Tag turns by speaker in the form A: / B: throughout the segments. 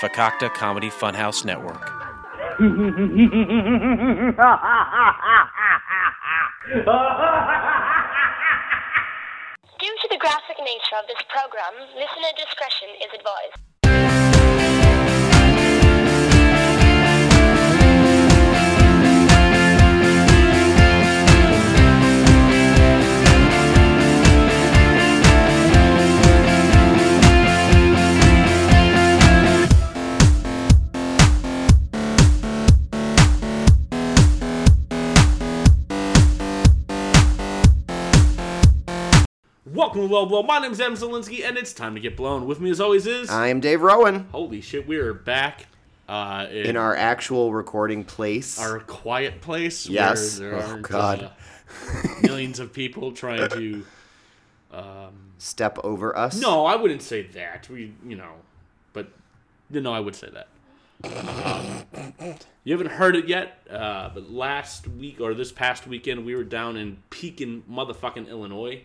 A: Fakakta Comedy Funhouse Network.
B: Due to the graphic nature of this program, listener discretion is advised.
C: Welcome to Low Blow. My name's Adam Zelinsky, and it's time to get blown. With me, as always, is
D: I am Dave Rowan
C: holy shit. We are back uh, in,
D: in our actual recording place.
C: our quiet place.
D: Yes.
C: Where
D: Oh,
C: there aren't,
D: God.
C: uh, millions of people trying to.
D: Step over us.
C: No, I wouldn't say that. We, you know, but you know, I would say that. Um, you haven't heard it yet, uh, but last week or this past weekend, we were down in Pekin, motherfucking Illinois.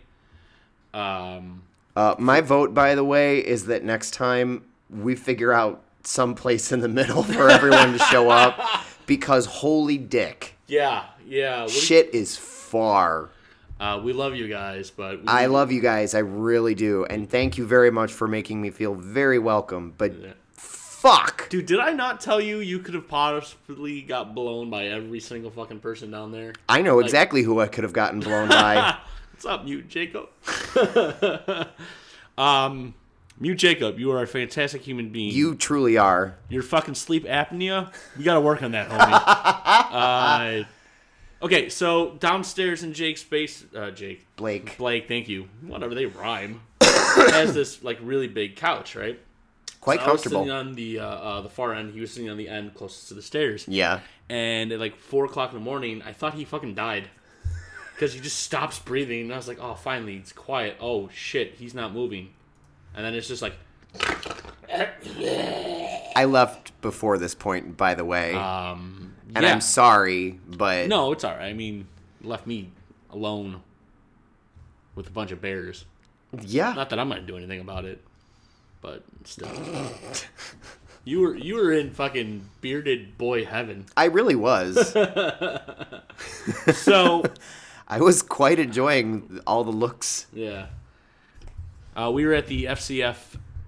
C: Um,
D: Uh, my vote, by the way, is that next time we figure out some place in the middle for everyone to show up, because holy dick,
C: yeah, yeah. what do you-
D: shit is far.
C: Uh, we love you guys, but we,
D: I love you guys, I really do, and thank you very much for making me feel very welcome. But fuck,
C: Dude, did I not tell you you could have possibly got blown by every single fucking person down there?
D: I know exactly who I could have gotten blown by.
C: What's up, Mute Jacob? um, Mute Jacob, you are a fantastic human being.
D: You truly are.
C: Your fucking sleep apnea, you gotta work on that, homie. uh, okay, so downstairs in Jake's space, uh, Jake,
D: Blake.
C: Blake, thank you. Whatever, they rhyme. has this, like, really big couch, right?
D: Quite
C: I was sitting
D: comfortable.
C: on the, uh, uh, the far end. He was sitting on the end closest to the stairs.
D: Yeah.
C: and at like four o'clock in the morning, I thought he fucking died because he just stops breathing. And I was like, oh, finally, it's quiet. Oh shit, he's not moving. And then it's just like,
D: I left before this point, by the way.
C: um,
D: and
C: yeah.
D: I'm sorry, but
C: no, it's alright. I mean, it left me alone with a bunch of bears.
D: yeah,
C: Not that I'm gonna do anything about it, but still, you were you were in fucking bearded boy heaven.
D: I really was.
C: So
D: I was quite enjoying all the looks.
C: Yeah. Uh, we were at the FCF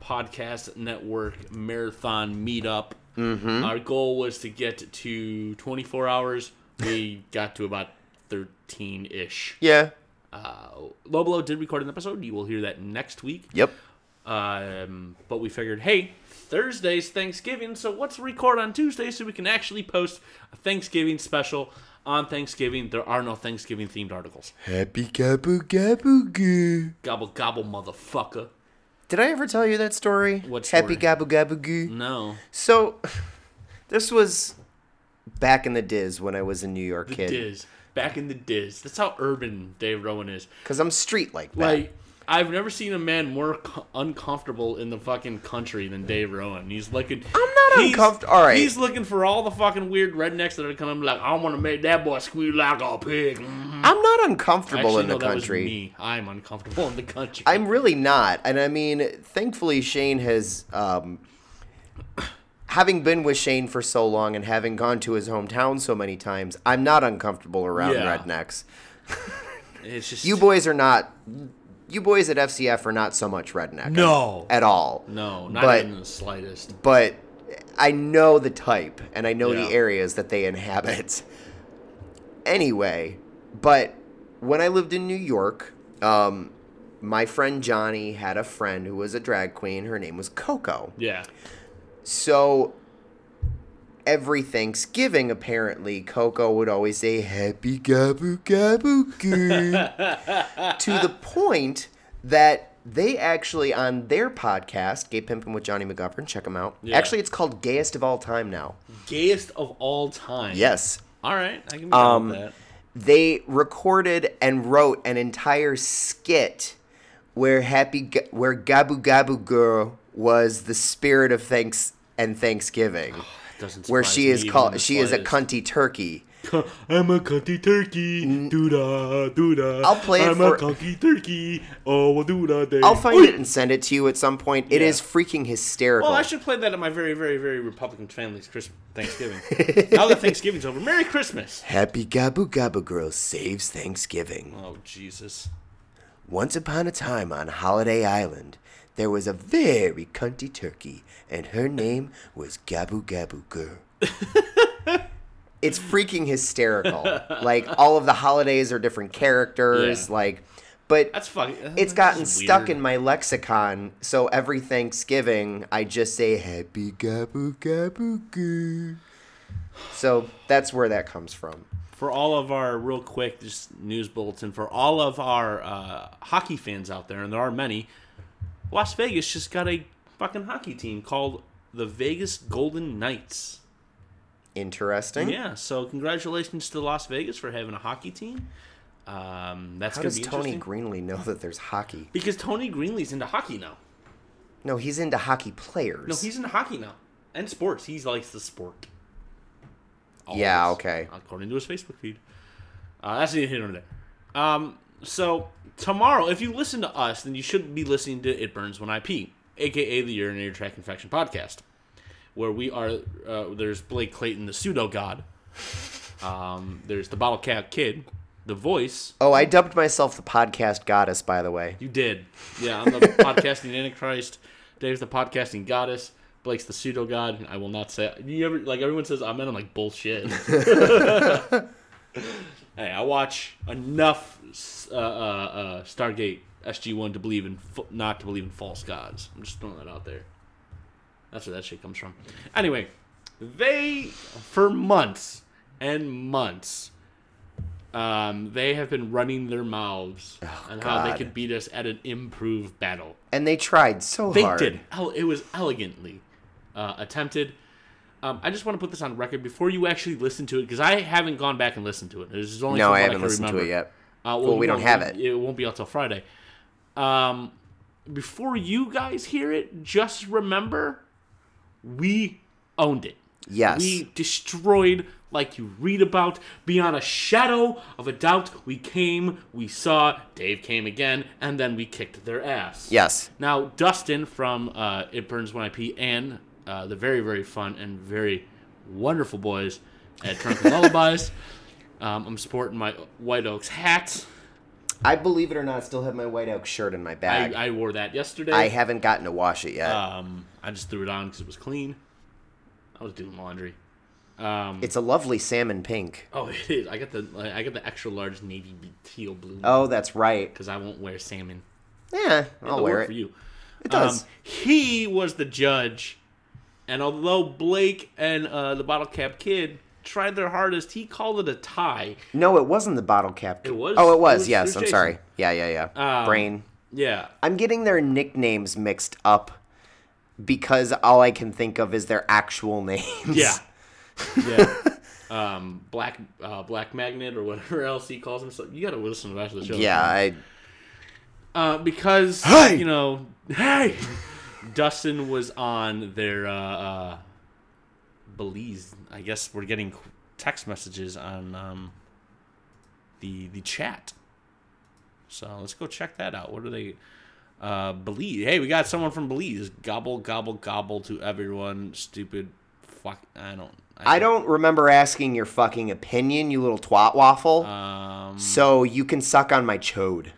C: Podcast Network Marathon Meetup. Mm-hmm. Our goal was to get to 24 hours. We got to about 13 ish.
D: Yeah.
C: Uh, Loblo did record an episode. You will hear that next week.
D: Yep.
C: Um, but we figured, hey, Thursday's Thanksgiving, so let's record on Tuesday so we can actually post a Thanksgiving special on Thanksgiving. There are no Thanksgiving themed articles.
D: Happy gaboo gaboo goo.
C: Gobble, gobble, motherfucker.
D: Did I ever tell you that story?
C: What
D: Happy
C: story?
D: gaboo gaboo goo.
C: No.
D: So, this was back in the diz when I was a New York kid.
C: Diz. Back in the Diz. That's how urban Dave Rowan is.
D: Because I'm street like that.
C: Like, I've never seen a man more co- uncomfortable in the fucking country than Dave Rowan. He's looking. I'm
D: not uncomft- all right.
C: He's looking for all the fucking weird rednecks that are coming. Like, I want to make that boy squeal like a pig. Mm.
D: I'm not uncomfortable
C: Actually,
D: in
C: no,
D: the
C: that was
D: country.
C: me. I'm uncomfortable in the country.
D: I'm really not. And I mean, thankfully, Shane has, um, having been with Shane for so long and having gone to his hometown so many times, I'm not uncomfortable around
C: Yeah.
D: rednecks.
C: It's just
D: You boys are not. You boys at FCF are not so much redneck.
C: No.
D: At all.
C: No, not
D: but,
C: even the slightest.
D: But I know the type and I know
C: Yeah.
D: the areas that they inhabit. Anyway, but when I lived in New York, um, my friend Johnny had a friend who was a drag queen. Her name was Coco.
C: Yeah.
D: So every Thanksgiving, apparently, Coco would always say "Happy Gaboo Gaboo Goo" to the point that they actually on their podcast, Gay Pimpin' with Johnny McGovern, check them out.
C: Yeah.
D: Actually, it's called Gayest of All Time now.
C: Gayest of all time.
D: Yes.
C: All right. I can be down with
D: Um,
C: that.
D: They recorded and wrote an entire skit where Happy Ga- where Gabu Gabu Girl was the spirit of thanks and Thanksgiving.
C: Doesn't
D: where
C: surprise
D: she
C: me
D: is
C: even in the
D: called she is a
C: slightest.
D: cunty turkey
C: Cu- I'm a cunty turkey. Do da do da.
D: Mm. I'll play it
C: I'm
D: for-
C: a cunty turkey. Oh, well, do da day.
D: I'll find
C: Oy!
D: it and send it to you at some point. It
C: Yeah.
D: is freaking hysterical.
C: Well, I should play that at my very, very, very Republican family's Christmas, Thanksgiving. now that Thanksgiving's over, Merry Christmas.
D: Happy Gabu Gabu Girl saves Thanksgiving.
C: Oh Jesus.
D: Once upon a time on Holiday Island, there was a very cunty turkey, and her name was Gabu Gabu Girl. it's freaking hysterical. Like all of the holidays are different characters.
C: Yeah.
D: Like, but
C: That's uh, fucking.
D: it's gotten stuck in my lexicon. So every Thanksgiving, I just say Happy Gabu Gabu Girl. So that's where that comes from.
C: for all of our real quick just news bulletin for all of our uh, hockey fans out there, and there are many. Las Vegas just got a fucking hockey team called the Vegas Golden Knights.
D: Interesting.
C: Yeah, so congratulations to Las Vegas for having a hockey team. Um, that's
D: How
C: gonna
D: does
C: be
D: Tony
C: interesting.
D: Greenlee know that there's hockey?
C: because Tony Greenlee's into hockey now.
D: No, he's into hockey players.
C: No, he's into hockey now and sports. He likes the sport.
D: Yeah, okay.
C: According to his Facebook feed, uh, that's neither here nor there. Um, so tomorrow, if you listen to us, then you should be listening to It Burns When I Pee, aka the Urinary Tract Infection Podcast, where we are. Uh, there's Blake Clayton, the pseudo god. Um, there's the Bottle Cap Kid, the voice.
D: Oh, I dubbed myself the podcast goddess, by the way.
C: You did. Yeah, I'm the podcasting antichrist. Dave's the podcasting goddess. Blake's the pseudo god. I will not say. You ever like everyone says amen. I'm like bullshit. hey, I watch enough uh, uh, uh, Stargate SG One to believe in fa- not to believe in false gods. I'm just throwing that out there. That's where that shit comes from. Anyway, they for months and months um, they have been running their mouths on how they
D: God.
C: could beat us at an improved battle.
D: And they tried so
C: They
D: hard.
C: did. El- It was elegantly uh, attempted. Um, I just want to put this on record before you actually listen to it because I haven't gone back and listened to it. This is only
D: No,
C: something
D: I
C: can
D: haven't listened to
C: remember.
D: it yet.
C: Uh,
D: Well,
C: you
D: we don't
C: won't-
D: have it.
C: It won't be out till Friday. Um, before you guys hear it, just remember we owned it.
D: Yes.
C: We destroyed, like you read about, beyond a shadow of a doubt. We came, we saw, Dave came again, and then we kicked their ass.
D: Yes.
C: Now, Dustin from uh, It Burns When I Pee and uh, the very, very fun and very wonderful boys at Drunken Lullabies. Um, I'm sporting my White Oaks hat.
D: I believe it or not, I still have my White Oak shirt in my
C: I,
D: bag. I,
C: I wore that yesterday.
D: haven't gotten to wash it yet.
C: um, I just threw it on because it was clean. I was doing laundry. Um,
D: it's a lovely salmon pink.
C: oh, it is. I got the I got the extra large navy b- teal blue
D: Oh, that's right.
C: because I won't wear salmon.
D: Yeah, I'll
C: It'll
D: wear
C: work for
D: it.
C: you. It
D: does.
C: Um, he was the judge, and although Blake and uh, the Bottle Cap Kid tried their hardest, he called it a tie.
D: No, it wasn't the bottle cap.
C: It was-
D: Oh,
C: it
D: it was.
C: was- it
D: yes,
C: was
D: I'm
C: Jason.
D: sorry. Yeah, yeah, yeah.
C: Um,
D: Brain.
C: Yeah,
D: I'm getting their nicknames mixed up because all I can think of is their actual names.
C: yeah, yeah. um, Black uh, Black Magnet or whatever else he calls himself. You got to listen to the rest of the show.
D: Yeah, I,
C: uh, because
D: Hey!
C: you know, hey, Dustin was on their uh, uh, Belize. I guess we're getting text messages on um, the the chat. So let's go check that out. What are they? Uh, Belize. Hey, we got someone from Belize. Gobble gobble gobble to everyone. Stupid fuck. I don't.
D: I don't remember asking your fucking opinion, you little twat waffle.
C: Um,
D: so you can suck on my chode.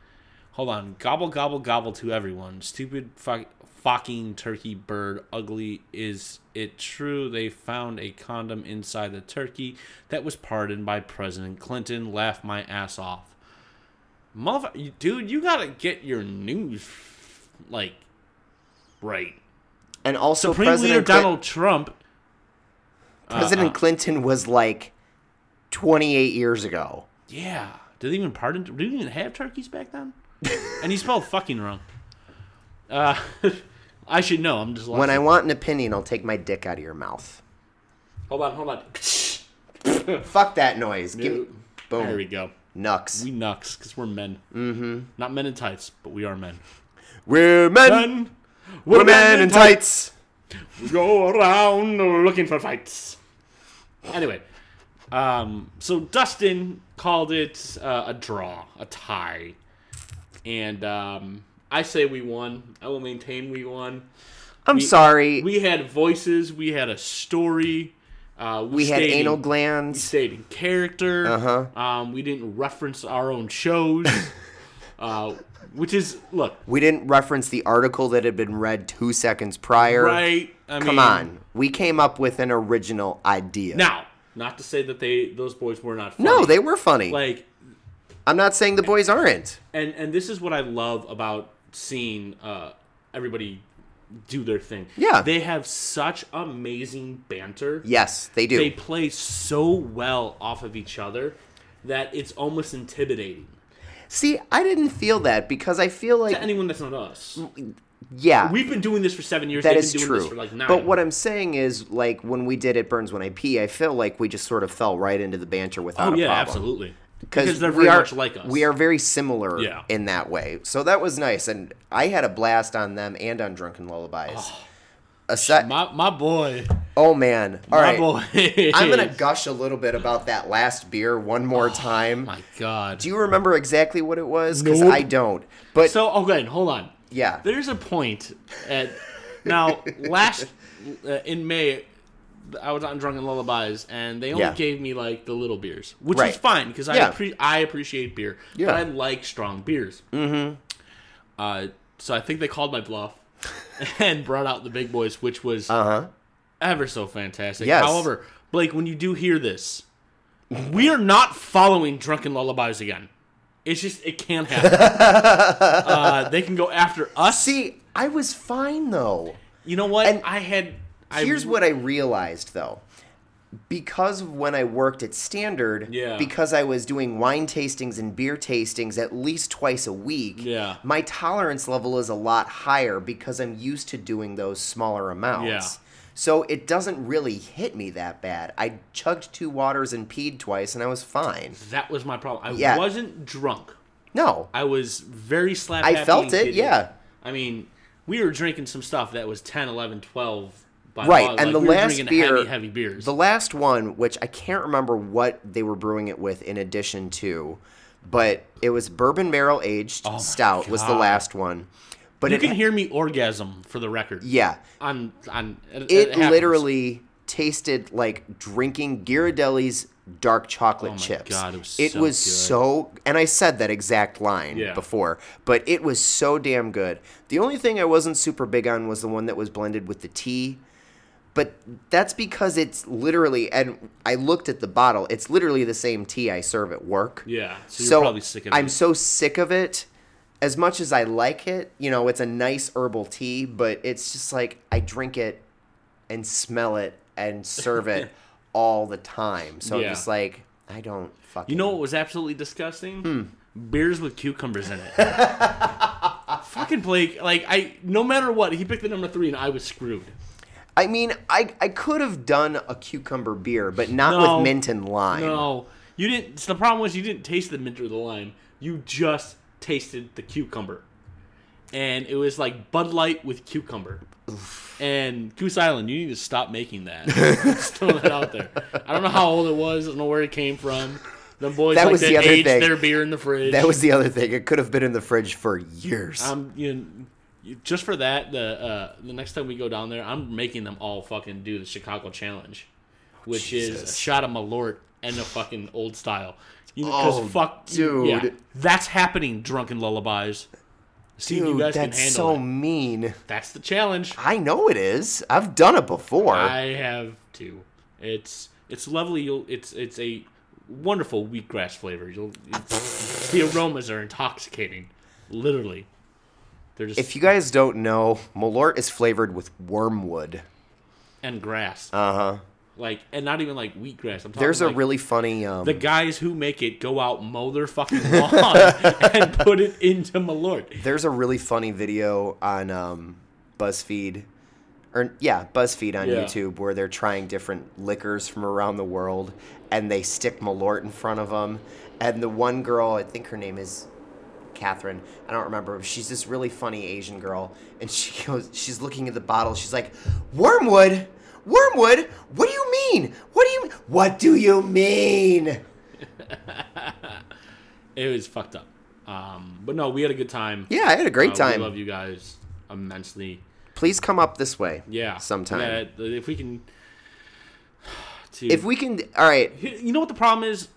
C: Hold on. Gobble, gobble, gobble to everyone. Stupid fuck, fucking turkey bird. Ugly. Is it true they found a condom inside the turkey that was pardoned by President Clinton? Laugh my ass off. Motherf- you- Dude, you gotta get your news, like, right.
D: And also,
C: Supreme Leader
D: President, Clin-
C: Donald uh, Trump.
D: President Clinton was like 28 years ago.
C: Yeah. Did they even pardon? Did they even have turkeys back then? and he spelled fucking wrong. Uh, I should know. I'm just
D: When
C: laughing.
D: I want an opinion, I'll take my dick out of your mouth.
C: Hold on, hold on.
D: Fuck that noise. Give me-
C: Nope.
D: boom.
C: There we go.
D: Nucks.
C: We nux because we're men. Mm-hmm. Not men in tights, but we are men.
D: We're men,
C: Men,
D: we're men in tights.
C: Go around looking for fights. Anyway, Um, so Dustin called it uh, a draw, a tie, and um, I say we won. I will maintain we won.
D: I'm
C: We-
D: sorry. We,
C: We had voices. We had a story. Uh, we
D: had
C: stayed in-
D: anal
C: we
D: glands.
C: stayed in character.
D: Uh-huh.
C: Um, we didn't reference our own shows, uh, which is look
D: We didn't reference the article that had been read two seconds prior.
C: right. I
D: Come
C: mean,
D: on. We came up with an original idea.
C: now. Not to say that they those boys were not. Funny.
D: no, they were funny.
C: like
D: I'm not saying the boys aren't.
C: and and this is what I love about seeing uh, everybody do their thing.
D: Yeah.
C: they have such amazing banter.
D: Yes, they do.
C: they play so well off of each other that it's almost intimidating
D: See, I didn't feel that because I feel like
C: to anyone that's not us.
D: yeah,
C: We've been doing this for seven years.
D: Mm, that
C: They've
D: is
C: been doing
D: true.
C: This for like nine.
D: but what I'm saying is, like when we did it, burns when I pee, I feel like we just sort of fell right into the banter without
C: oh
D: a
C: yeah,
D: problem.
C: absolutely.
D: because
C: Because they're
D: we
C: very
D: are,
C: much like us.
D: We are very similar
C: Yeah.
D: in that way. So that was nice, and I had a blast on them and on Drunken Lullabies. Aside,
C: Oh, my my boy.
D: oh man, all
C: my
D: right.
C: boy.
D: I'm gonna gush a little bit about that last beer one more time.
C: Oh, My God.
D: Do you remember exactly what it was? Because
C: Nope.
D: I don't. But
C: so okay, hold on.
D: yeah,
C: There's a point at now last uh, in May. I was on Drunken Lullabies, and they only
D: Yeah.
C: gave me like the little beers, which
D: Right.
C: is fine because I
D: Yeah.
C: appre- I appreciate beer,
D: Yeah.
C: but I like strong beers. Mm-hmm. Uh, so I think they called my bluff and brought out the big boys, which was
D: uh huh.
C: ever so fantastic.
D: Yes.
C: However, Blake, when you do hear this, we are not following Drunken Lullabies again. It's just it can't happen. uh, they can go after us.
D: See, I was fine though.
C: You know what?
D: And
C: I had. I,
D: Here's what I realized though. Because of when I worked at Standard,
C: Yeah.
D: because I was doing wine tastings and beer tastings at least twice a week,
C: Yeah.
D: my tolerance level is a lot higher because I'm used to doing those smaller amounts.
C: Yeah.
D: So it doesn't really hit me that bad. I chugged two waters and peed twice and I was fine.
C: that was my problem. I
D: Yeah.
C: wasn't drunk.
D: No.
C: I was very slap.
D: I
C: happy
D: felt
C: and
D: it,
C: giddy.
D: yeah.
C: I mean, we were drinking some stuff that was 10, 11, 12. By
D: Right,
C: law.
D: and
C: Like,
D: the
C: we were
D: last
C: drinking
D: beer,
C: heavy, heavy beers.
D: The last one, which I can't remember what they were brewing it with in addition to, but it was bourbon barrel aged
C: Oh my
D: stout was the
C: God.
D: last one. But
C: you
D: it,
C: can hear me orgasm for the record.
D: yeah,
C: On on it,
D: it,
C: happens.
D: literally tasted like drinking Ghirardelli's dark chocolate
C: Oh my
D: chips.
C: God, it was so
D: was
C: good.
D: so- and I said that exact line
C: Yeah.
D: before, but it was so damn good. The only thing I wasn't super big on was the one that was blended with the tea. But that's because it's literally, and I looked at the bottle. It's literally the same tea I serve at work.
C: Yeah. So,
D: So
C: you're probably sick of
D: I'm
C: it.
D: so sick of it. As much as I like it, you know, it's a nice herbal tea, but it's just like I drink it and smell it and serve it all the time. So
C: Yeah.
D: I'm just like, I don't fucking.
C: You know what was absolutely disgusting?
D: Hmm.
C: Beers with cucumbers in it. Fucking Blake, like I, no matter what, he picked the number three, and I was screwed.
D: I mean, I I could have done a cucumber beer, but not
C: No.
D: with mint and lime.
C: No, you didn't. So the problem was you didn't taste the mint or the lime. You just tasted the cucumber, and it was like Bud Light with cucumber. And Goose Island, you need to stop making that. Just throw that out there. I don't know how old it was. I don't know where it came from. The boys
D: That
C: like
D: was
C: to
D: the other
C: age
D: thing.
C: their beer in the fridge.
D: That was the other thing. It could have been in the fridge for years.
C: I'm you know, you- just for that the uh, the next time we go down there, I'm making them all fucking do the Chicago challenge, which is a
D: Jesus.
C: shot of Malort and a fucking old style. You know, 'cause
D: Oh,
C: fuck,
D: dude.
C: yeah, that's happening. Drunken lullabies. See if
D: Dude,
C: you guys can
D: that's
C: handle
D: so
C: it.
D: mean.
C: That's the challenge.
D: I know it is. I've done it before.
C: I have to. It's it's lovely. You'll it's it's a wonderful wheatgrass flavor. You'll it's, the aromas are intoxicating, literally. They're just
D: If you guys don't know, Malort is flavored with wormwood.
C: and grass.
D: Uh huh.
C: like and not even like wheatgrass. I'm talking
D: There's a
C: like,
D: really funny. Um,
C: Oh the guys who make it go out mow their fucking lawn and put it into Malort.
D: there's a really funny video on um, BuzzFeed, or yeah, BuzzFeed on
C: Yeah.
D: YouTube where they're trying different liquors from around the world, and they stick Malort in front of them. And the one girl, I think her name is Catherine. I don't remember. but She's this really funny Asian girl, and she goes, she's looking at the bottle. She's like, "Wormwood, wormwood. What do you mean? What do you? What do you mean?
C: It was fucked up. Um, but no, we had a good time.
D: Yeah, I had a great
C: Uh,
D: time.
C: We love you guys immensely.
D: Please come up this way.
C: Yeah.
D: Sometime.
C: Yeah, if we can. To,
D: If we can, all right.
C: you know what the problem is,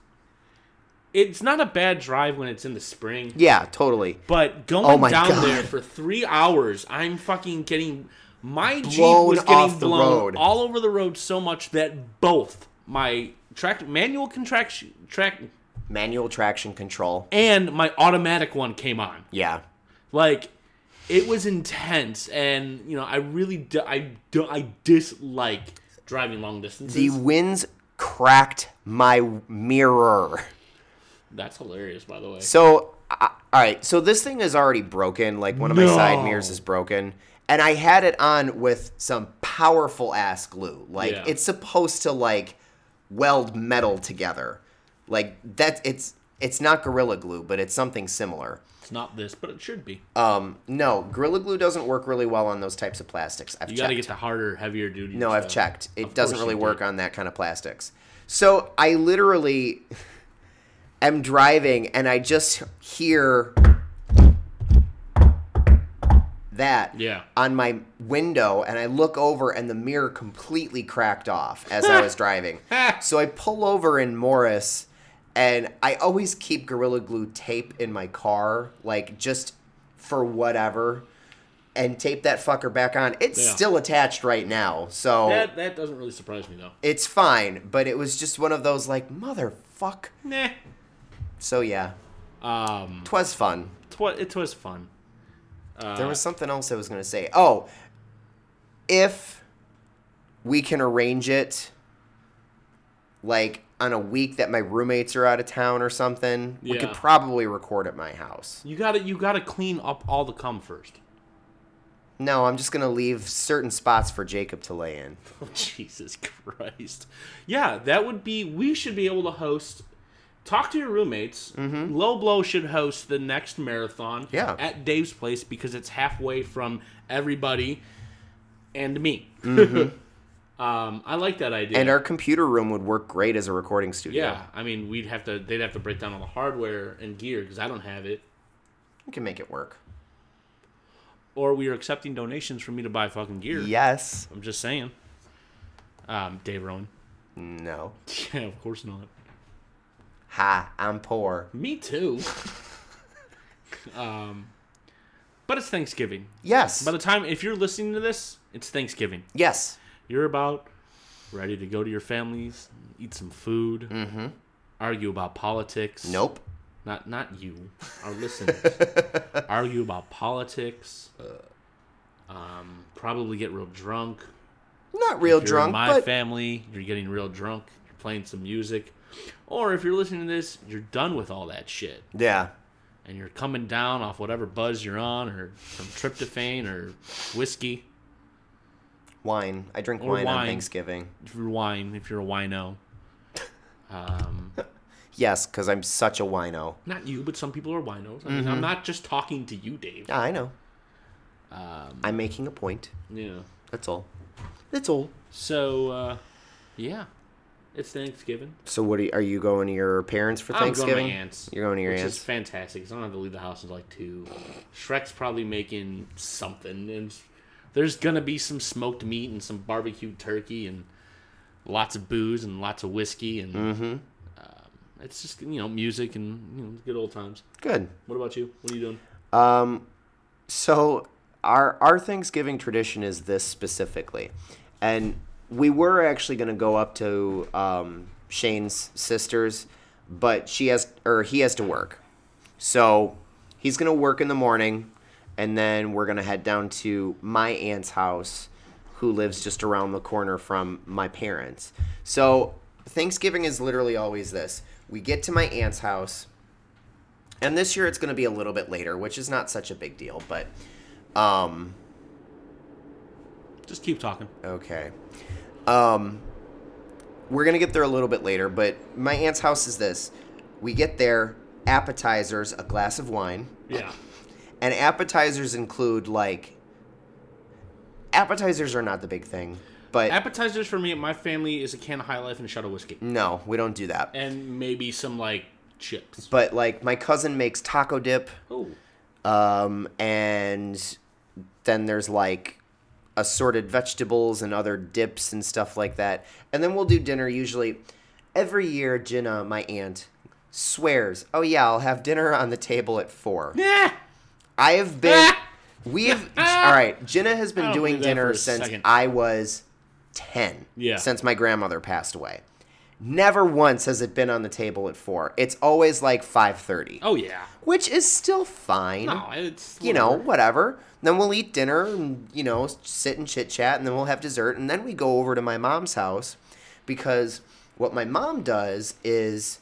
C: it's not a bad drive when it's in the spring.
D: Yeah, totally.
C: But going
D: Oh my
C: down
D: God.
C: there for three hours, I'm fucking getting my jeep
D: Blown
C: was getting
D: off the
C: blown
D: road.
C: all over the road so much that both my track manual contraction track
D: Manual traction control.
C: and my automatic one came on.
D: Yeah.
C: Like it was intense, and you know I really d I d I dislike driving long
D: The
C: distances.
D: winds cracked my mirror.
C: That's hilarious, by the way.
D: So, I, all right. So this thing is already broken. Like one of my side
C: No.
D: mirrors is broken, and I had it on with some powerful ass glue. Like
C: Yeah.
D: it's supposed to like weld metal together. Like that. It's it's not gorilla glue, but it's something similar.
C: It's not this, but it should be.
D: Um, no, gorilla glue doesn't work really well on those types of plastics. I've
C: you
D: checked.
C: gotta get the harder, heavier duty.
D: No, I've
C: stuff.
D: checked.
C: Of
D: It
C: course
D: doesn't really
C: you
D: work
C: did.
D: on that kind of plastics. So I literally am driving and I just hear that
C: Yeah.
D: on my window and I look over and the mirror completely cracked off as I was driving. so I pull over in Morris and I always keep Gorilla Glue tape in my car, like just for whatever. And tape that fucker back on. It's
C: Yeah.
D: still attached right now, so
C: That that doesn't really surprise me though.
D: it's fine. But it was just one of those like motherfuck.
C: Nah.
D: So yeah,
C: Um.
D: twas fun.
C: twa- it was fun. Uh-huh.
D: There was something else I was going to say. Oh, if we can arrange it like on a week that my roommates are out of town or something, we could
C: Yeah.
D: probably record at my house.
C: You gotta you gotta clean up all the cum first.
D: No, I'm just going to leave certain spots for Jacob to lay in.
C: Oh, Jesus Christ. Yeah, that would be. We should be able to host. Talk to your roommates. Low Blow should host the next marathon.
D: Mm-hmm. Yeah.
C: At Dave's place because it's halfway from everybody and me. um, I like that idea.
D: Mm-hmm. And our computer room would work great as a recording studio.
C: yeah, I mean, we'd have to. They'd have to break down all the hardware and gear because I don't have it.
D: We can make it work.
C: Or we are accepting donations for me to buy fucking gear.
D: Yes.
C: I'm just saying. Um, Dave Rowan.
D: No.
C: Yeah, of course not.
D: Ha, I'm poor.
C: Me too. um, but it's Thanksgiving.
D: Yes.
C: By the time if you're listening to this, it's Thanksgiving.
D: yes.
C: You're about ready to go to your families, eat some food, argue about politics.
D: Nope.
C: Not not you, our listeners. argue about politics. Um, probably get real drunk.
D: Not real
C: If you're in
D: drunk,
C: my
D: but
C: family, you're getting real drunk. You're playing some music, or if you're listening to this, you're done with all that shit
D: yeah.
C: and you're coming down off whatever buzz you're on or from tryptophan or whiskey
D: Wine. I drink
C: Or
D: wine, on
C: wine.
D: Thanksgiving.
C: if you're wine if you're a wino um,
D: Yes, because I'm such a wino.
C: not you but some people are winos I mean,
D: Mm-hmm.
C: i'm not just talking to you dave
D: I know.
C: um,
D: I'm making a point.
C: yeah
D: That's all. That's all.
C: so uh, yeah it's thanksgiving
D: So what are you, are you going to your parents for Thanksgiving?
C: i'm going to my aunt's
D: You're going to your
C: which
D: aunt's.
C: is fantastic 'cause i don't have to leave the house until like two shrek's probably making something and there's gonna be some smoked meat and some barbecued turkey and lots of booze and lots of whiskey and um,
D: mm-hmm.
C: It's just you know music and you know good old times.
D: Good.
C: What about you? What are you doing?
D: Um, so our our Thanksgiving tradition is this specifically, and we were actually going to go up to um, Shane's sisters, but she has or he has to work, so he's going to work in the morning, and then we're going to head down to my aunt's house, who lives just around the corner from my parents. So Thanksgiving is literally always this: we get to my aunt's house. And this year it's going to be a little bit later, which is not such a big deal, but um
C: Just keep talking.
D: okay. Um we're going to get there a little bit later, but my aunt's house is this. We get there, appetizers, a glass of wine,
C: Yeah.
D: and appetizers include like appetizers are not the big thing, but
C: Appetizers for me, at my family is a can of High Life and a shot of whiskey,
D: no, we don't do that.
C: and maybe some like chips.
D: But like my cousin makes taco dip,
C: Oh,
D: um, and then there's like assorted vegetables and other dips and stuff like that. And then we'll do dinner usually every year. Jenna, my aunt, swears, "Oh yeah, I'll have dinner on the table at four.
C: yeah.
D: I have been. We've all right. Jenna has
C: I
D: been
C: don't
D: doing
C: believe that for
D: dinner
C: a
D: since
C: second.
D: I was ten.
C: Yeah.
D: Since my grandmother passed away. Never once has it been on the table at four. It's always like five thirty,
C: Oh yeah.
D: which is still fine.
C: No, it's
D: you know, whatever. Then we'll eat dinner and you know sit and chit chat, and then we'll have dessert, and then we go over to my mom's house because what my mom does is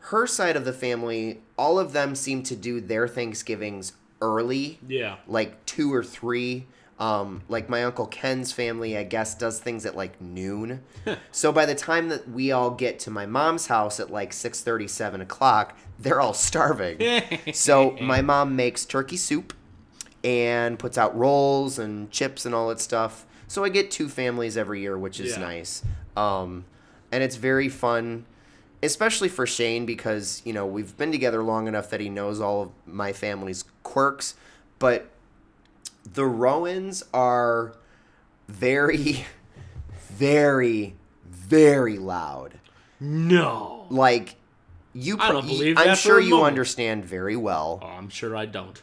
D: her side of the family, all of them seem to do their Thanksgivings early
C: Yeah.
D: like two or three. Um, like my uncle Ken's family, I guess, does things at like noon. so by the time that we all get to my mom's house at like six thirty, seven o'clock, they're all starving. so my mom makes turkey soup and puts out rolls and chips and all that stuff. So I get two families every year, which is
C: Yeah.
D: nice. Um, and it's very fun, especially for Shane because you know we've been together long enough that he knows all of my family's quirks. But the Rowans are very, very, very loud.
C: No.
D: Like you,
C: I don't
D: pr-
C: believe
D: I'm
C: that for
D: sure
C: a
D: you
C: moment.
D: understand very well
C: Oh, I'm sure I don't.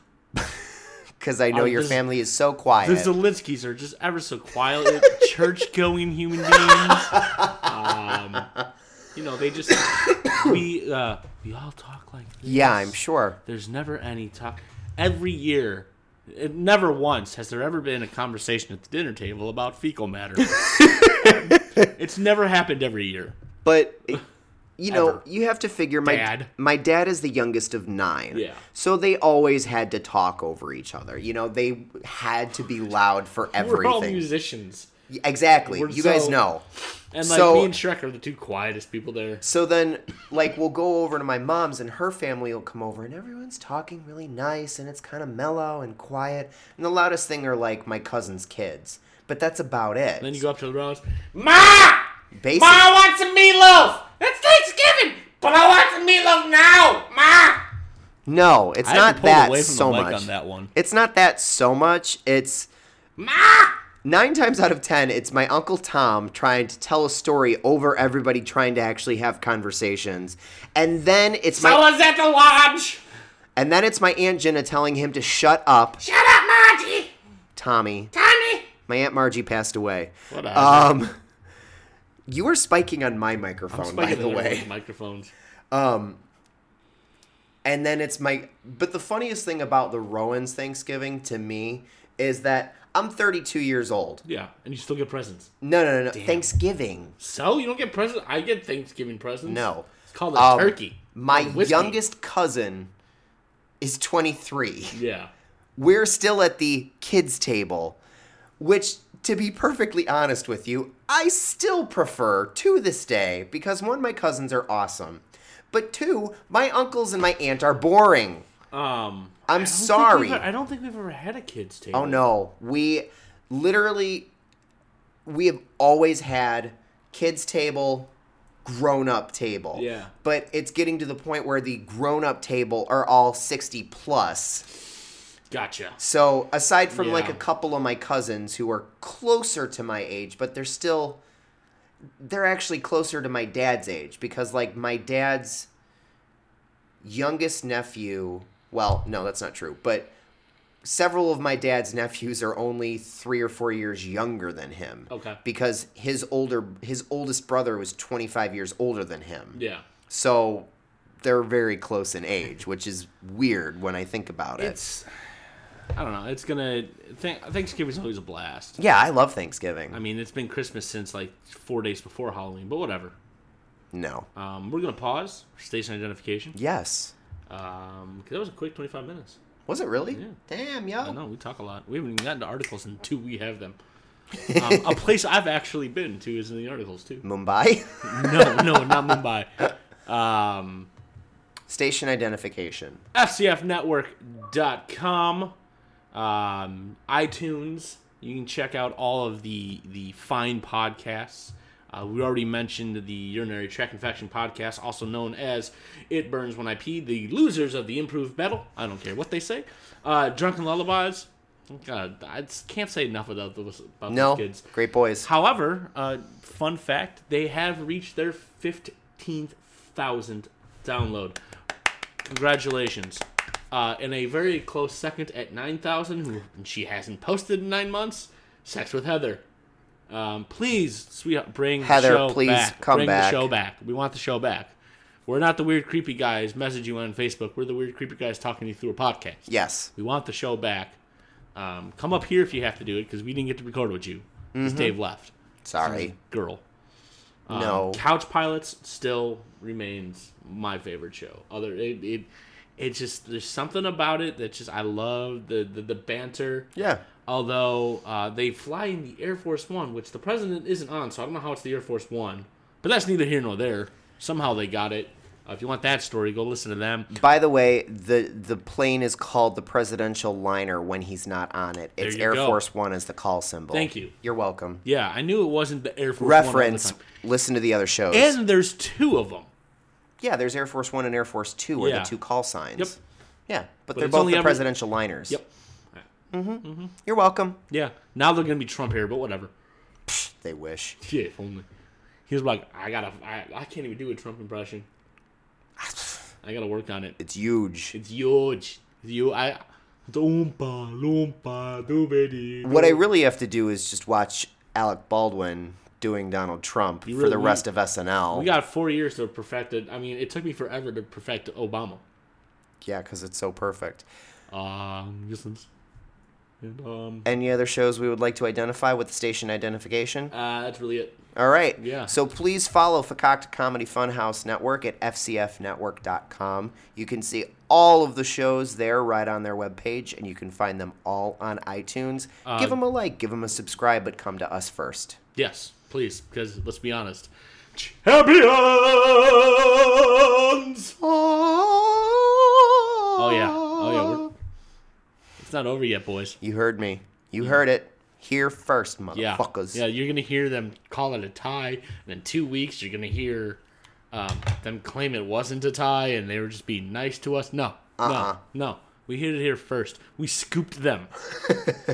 D: because I know
C: I-
D: your
C: this-
D: family is so quiet.
C: The Zelinskys are just ever so quiet, church-going human beings. Um, you know, they just we uh, we all talk like this.
D: yeah, I'm sure.
C: There's never any talk. Every year, it, never once has there ever been a conversation at the dinner table about fecal matter. it's never happened every year.
D: But eh, you know,
C: Ever.
D: you have to figure my
C: Dad.
D: my dad is the youngest of nine.
C: Yeah.
D: So they always had to talk over each other. You know, they had to be loud for
C: We're all
D: everything.
C: musicians,
D: Exactly.
C: We're
D: you guys
C: so-
D: know.
C: and like
D: So-
C: me and Shrek are the two quietest people there.
D: So then, like, we'll go over to my mom's, and her family will come over, and everyone's talking really nice, and it's kind of mellow and quiet. And the loudest thing are like my cousin's kids, but that's about it.
C: Then you go up to the rounds. Ma!
D: Basic-
C: Ma I want some meatloaf! It's Thanksgiving! But I want some meatloaf now! Ma!
D: no, it's
C: I
D: not
C: pulled
D: that
C: away from
D: so
C: the mic
D: much.
C: on that one.
D: It's not that so much. It's
C: Ma!
D: nine times out of ten, it's my Uncle Tom trying to tell a story over everybody trying to actually have conversations. And then it's my
C: Someone's at the lodge!
D: and then it's my Aunt Jenna telling him to shut up.
C: Shut up, Margie!
D: Tommy.
C: Tommy!
D: My Aunt Margie passed away.
C: Whatever.
D: Um You are spiking on my microphone, by
C: Speaking
D: the
C: of everyone's
D: way.
C: Microphones.
D: Um, And then it's my but the funniest thing about the Rowan's Thanksgiving to me is that I'm 32 years old.
C: Yeah, and you still get presents.
D: No, no, no, no. Thanksgiving.
C: So you don't get presents? I get Thanksgiving presents.
D: No.
C: It's called a
D: Um,
C: turkey.
D: My
C: Or Oh, whiskey.
D: youngest cousin is 23.
C: Yeah.
D: We're still at the kids' table, which, to be perfectly honest with you, I still prefer to this day because one, my cousins are awesome, but two, my uncles and my aunt are boring.
C: Um. I
D: I'm
C: don't think
D: sorry.
C: we've ever- I don't think we've ever had a kids table.
D: Oh no, we literally we have always had kids table, grown up table.
C: Yeah.
D: But it's getting to the point where the grown up table are all 60 plus.
C: Gotcha.
D: So, aside from like a
C: Yeah.
D: couple of my cousins who are closer to my age, but they're still they're actually closer to my dad's age because like my dad's youngest nephew well no that's not true but several of my dad's nephews are only three or four years younger than him
C: Okay.
D: because his older his oldest brother was 25 years older than him
C: Yeah.
D: so they're very close in age which is weird when i think about it
C: It's. I don't know. It's gonna. Th- Thanksgiving's always a blast.
D: yeah i love thanksgiving
C: I mean, it's been Christmas since like four days before Halloween, but whatever.
D: no
C: Um, we're gonna pause for station identification.
D: yes
C: Um, 'cause that was a quick twenty-five minutes.
D: was it really
C: Yeah.
D: damn
C: I
D: yo
C: know we talk a lot. We haven't even gotten to articles until we have them. Um, a place I've actually been to is in the articles too.
D: mumbai
C: No, no, not Mumbai. Um,
D: station identification
C: FCFnetwork.com, um, iTunes, You can check out all of the the fine podcasts. Uh, we already mentioned the urinary tract infection podcast, also known as "It Burns When I Pee." The losers of the improved metal. I don't care what they say. Uh, Drunken lullabies. God, I just can't say enough about those, about
D: No,
C: those kids.
D: great boys.
C: However, uh, fun fact: they have reached their fifteenth thousand download. Congratulations! Uh, in a very close second at nine thousand, who she hasn't posted in nine months. Sex with Heather. Um, please, sweetheart, bring
D: Heather,
C: The show
D: please
C: back.
D: come
C: bring
D: back.
C: The show back. We want the show back. We're not the weird creepy guys. Message you on Facebook. We're the weird creepy guys talking to you through a podcast.
D: Yes.
C: We want the show back. Um, come up here if you have to do it because we didn't get to record with you.
D: Mm-hmm.
C: 'cause Dave left.
D: Sorry.
C: Girl. Um,
D: no.
C: Couch Pilots still remains my favorite show. Other it, it it just there's something about it that just I love the the, the banter.
D: yeah.
C: Although uh, they fly in the Air Force One, which the president isn't on, so I don't know how it's the Air Force One. But that's neither here nor there. Somehow they got it. Uh, if you want that story, go listen to them.
D: By the way, the the plane is called the presidential liner when he's not on it. It's
C: you
D: Air
C: go.
D: Force One as the call symbol.
C: Thank you.
D: You're welcome.
C: Yeah, I knew it wasn't the Air Force One. all the
D: Reference.
C: time.
D: Listen to the other shows.
C: And there's two of them.
D: yeah, there's Air Force One and Air Force Two are
C: Yeah.
D: the two call signs.
C: Yep.
D: Yeah, but, they're
C: it's
D: both
C: only
D: the
C: ever-
D: presidential liners.
C: Yep.
D: You're welcome.
C: Yeah. Now they're gonna be Trump here, but whatever.
D: They wish.
C: Yeah, if only. He was like, I gotta, I, I can't even do a Trump impression. I gotta work on it.
D: It's huge.
C: It's huge. It's you, I. it's Oompa, loompa, doobity.
D: What I really have to do is just watch Alec Baldwin doing Donald Trump for
C: really-
D: the rest of SNL.
C: We got four years to perfect it. I mean, it took me forever to perfect Obama.
D: yeah, because it's so perfect.
C: Um, this one's- and, um,
D: Any other shows we would like to identify with the station identification?
C: uh, that's really it.
D: All right.
C: Yeah.
D: So please follow Fakakta Comedy Funhouse Network at fcfnetwork.com. You can see all of the shows there right on their webpage, and you can find them all on iTunes.
C: Uh,
D: give them a like, give them a subscribe, but come to us first.
C: Yes, please, because let's be honest. Champions!
D: Oh,
C: Oh, yeah. Oh, yeah. We're, it's not over yet, boys.
D: You heard me. You heard it. Here first,
C: Yeah.
D: motherfuckers.
C: Yeah, you're gonna hear them call it a tie, and in two weeks you're gonna hear um, them claim it wasn't a tie and they were just being nice to us. No.
D: Uh-uh.
C: No. No. We hit it here first. We scooped them.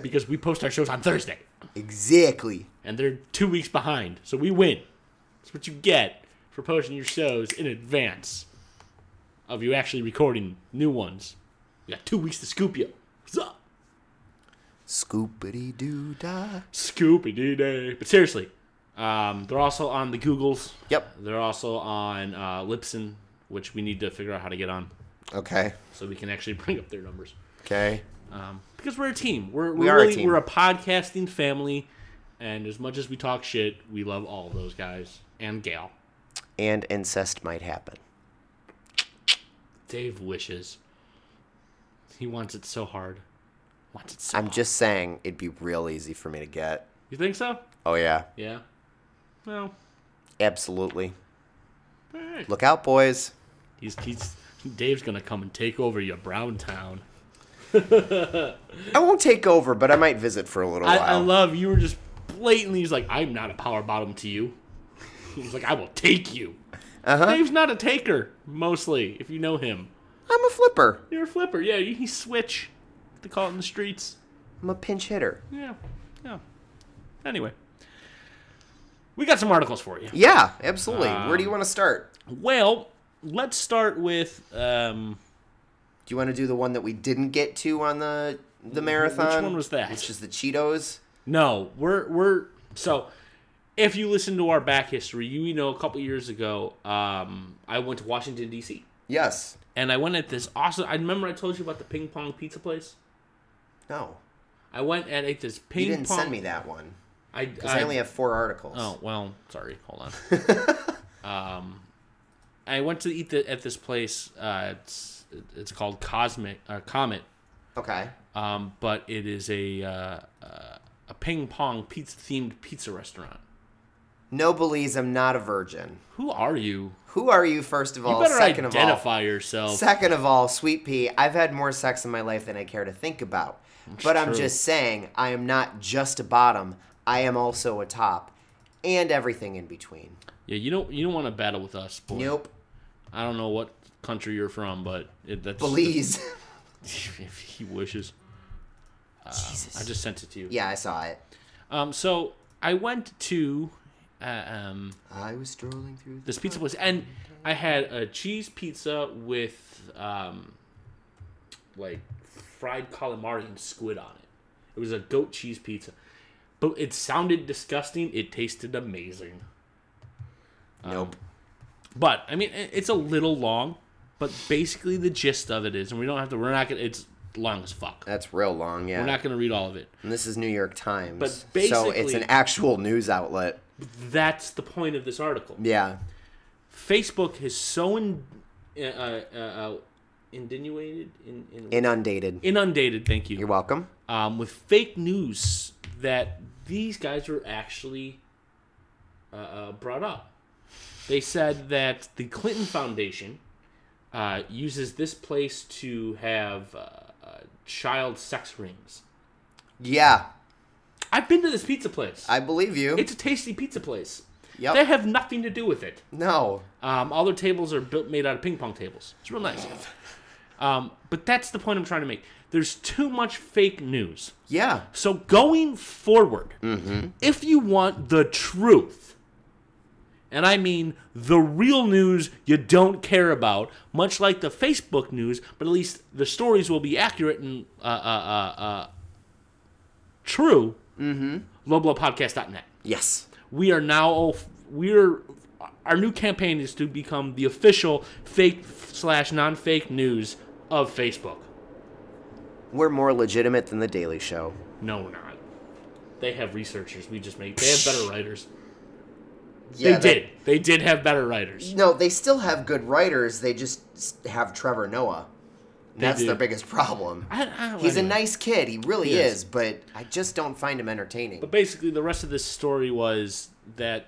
C: because we post our shows on Thursday.
D: Exactly.
C: And they're two weeks behind. So we win. That's what you get for posting your shows in advance of you actually recording new ones. You got two weeks to scoop you. What's up?
D: Scoopity doo dah.
C: Scooby Doo Day. But seriously, um, they're also on the Googles.
D: Yep.
C: They're also on uh, Lipson, which we need to figure out how to get on
D: Okay.
C: so we can actually bring up their numbers.
D: Okay.
C: Um, because we're a team. We're, we're
D: We are a
C: really,
D: team.
C: We're a podcasting family, and as much as we talk shit, we love all of those guys and Gal.
D: And incest might happen.
C: Dave wishes. He wants it so hard. Wants it so.
D: I'm
C: hard.
D: just saying it'd be real easy for me to get.
C: You think so?
D: Oh yeah,
C: Yeah. Well,
D: absolutely.
C: all right.
D: Look out, boys.
C: he's, he's Dave's gonna come and take over your brown town.
D: I won't take over, but I might visit for a little
C: I,
D: while.
C: I love you were just blatantly. He's like, I'm not a power bottom to you. He's like, I will take you.
D: uh-huh.
C: Dave's not a taker mostly. If you know him,
D: I'm a flipper.
C: you're a flipper. Yeah, you, he switch. They call it in the streets.
D: I'm a pinch hitter.
C: Yeah, yeah. Anyway, we got some articles for you.
D: Yeah, absolutely. Where
C: Um,
D: do you want to start?
C: Well, let's start with um,
D: Do you want to do the one that we didn't get to on the the marathon?
C: one was that?
D: Which is the Cheetos.
C: No, we're we're so. If you listen to our back history, you know a couple years ago, um, I went to Washington D.C.
D: Yes.
C: and I went at this awesome. I remember I told you about the ping pong pizza place.
D: No.
C: I went and ate this ping
D: You didn't
C: pong.
D: send me that one.
C: I,
D: Because I, only have four articles.
C: Oh well, sorry. Hold on. um, I went to eat the, at this place. Uh, it's it's called Cosmic uh, Comet,
D: Okay.
C: um, but it is a uh, uh, a ping pong pizza themed pizza restaurant.
D: No believes I'm not a virgin.
C: Who are you?
D: Who are you, first of
C: You
D: all?
C: better
D: Second of all,
C: identify yourself.
D: Second of all, sweet pea, I've had more sex in my life than I care to think about. But I'm
C: true.
D: just saying, I am not just a bottom. I am also a top, and everything in between.
C: yeah, you don't you don't want to battle with us, boy.
D: Nope,
C: I don't know what country you're from, but it, that's
D: Belize.
C: if he wishes. Um, I
D: Jesus.
C: just sent it to you.
D: yeah, I saw it.
C: Um. So I went to, uh, um,
D: I was strolling through. The-
C: this pizza place, and I had a cheese pizza with, um, like fried calamari and squid on it. It was a goat cheese pizza, but it sounded disgusting. It tasted amazing.
D: nope.
C: But I mean, i- it's a little long, but basically the gist of it is, and we don't have to. We're not gonna. It's long as fuck.
D: That's real long. Yeah.
C: We're not gonna read all of it.
D: and this is New York Times.
C: But
D: so it's an
C: basically-
D: actual news outlet.
C: That's the point of this article.
D: Yeah.
C: Facebook is so in, uh, uh, uh, inundated, in, in,
D: Inundated.
C: inundated. Thank
D: You're
C: you.
D: welcome.
C: Um, with fake news that these guys were actually uh, uh, brought up. They said that the Clinton Foundation uh, uses this place to have uh, uh, child sex rings.
D: Yeah,
C: I've been to this pizza place.
D: I believe you.
C: it's a tasty pizza place.
D: Yep.
C: They have nothing to do with it.
D: no.
C: Um, all their tables are built made out of ping pong tables. It's real nice. Um, but that's the point I'm trying to make. There's too much fake news.
D: Yeah.
C: So going forward, if you want the truth, and I mean the real news you don't care about, much like the Facebook news, but at least the stories will be accurate and uh, uh, uh, uh, true. Mm-hmm. Loblopodcast.net
D: Yes.
C: we are now all we're our new campaign is to become the official fake slash non fake news of Facebook.
D: We're more legitimate than the Daily Show.
C: No, we're not. They have researchers. We just make. They have better writers.
D: Yeah,
C: they did. They did have better writers.
D: No, they still have good writers. They just s- have Trevor Noah. That's
C: do.
D: their biggest problem.
C: I, I,
D: He's a
C: anyway.
D: nice kid. He really
C: He
D: is.
C: is.
D: but I just don't find him entertaining.
C: But basically, the rest of this story was that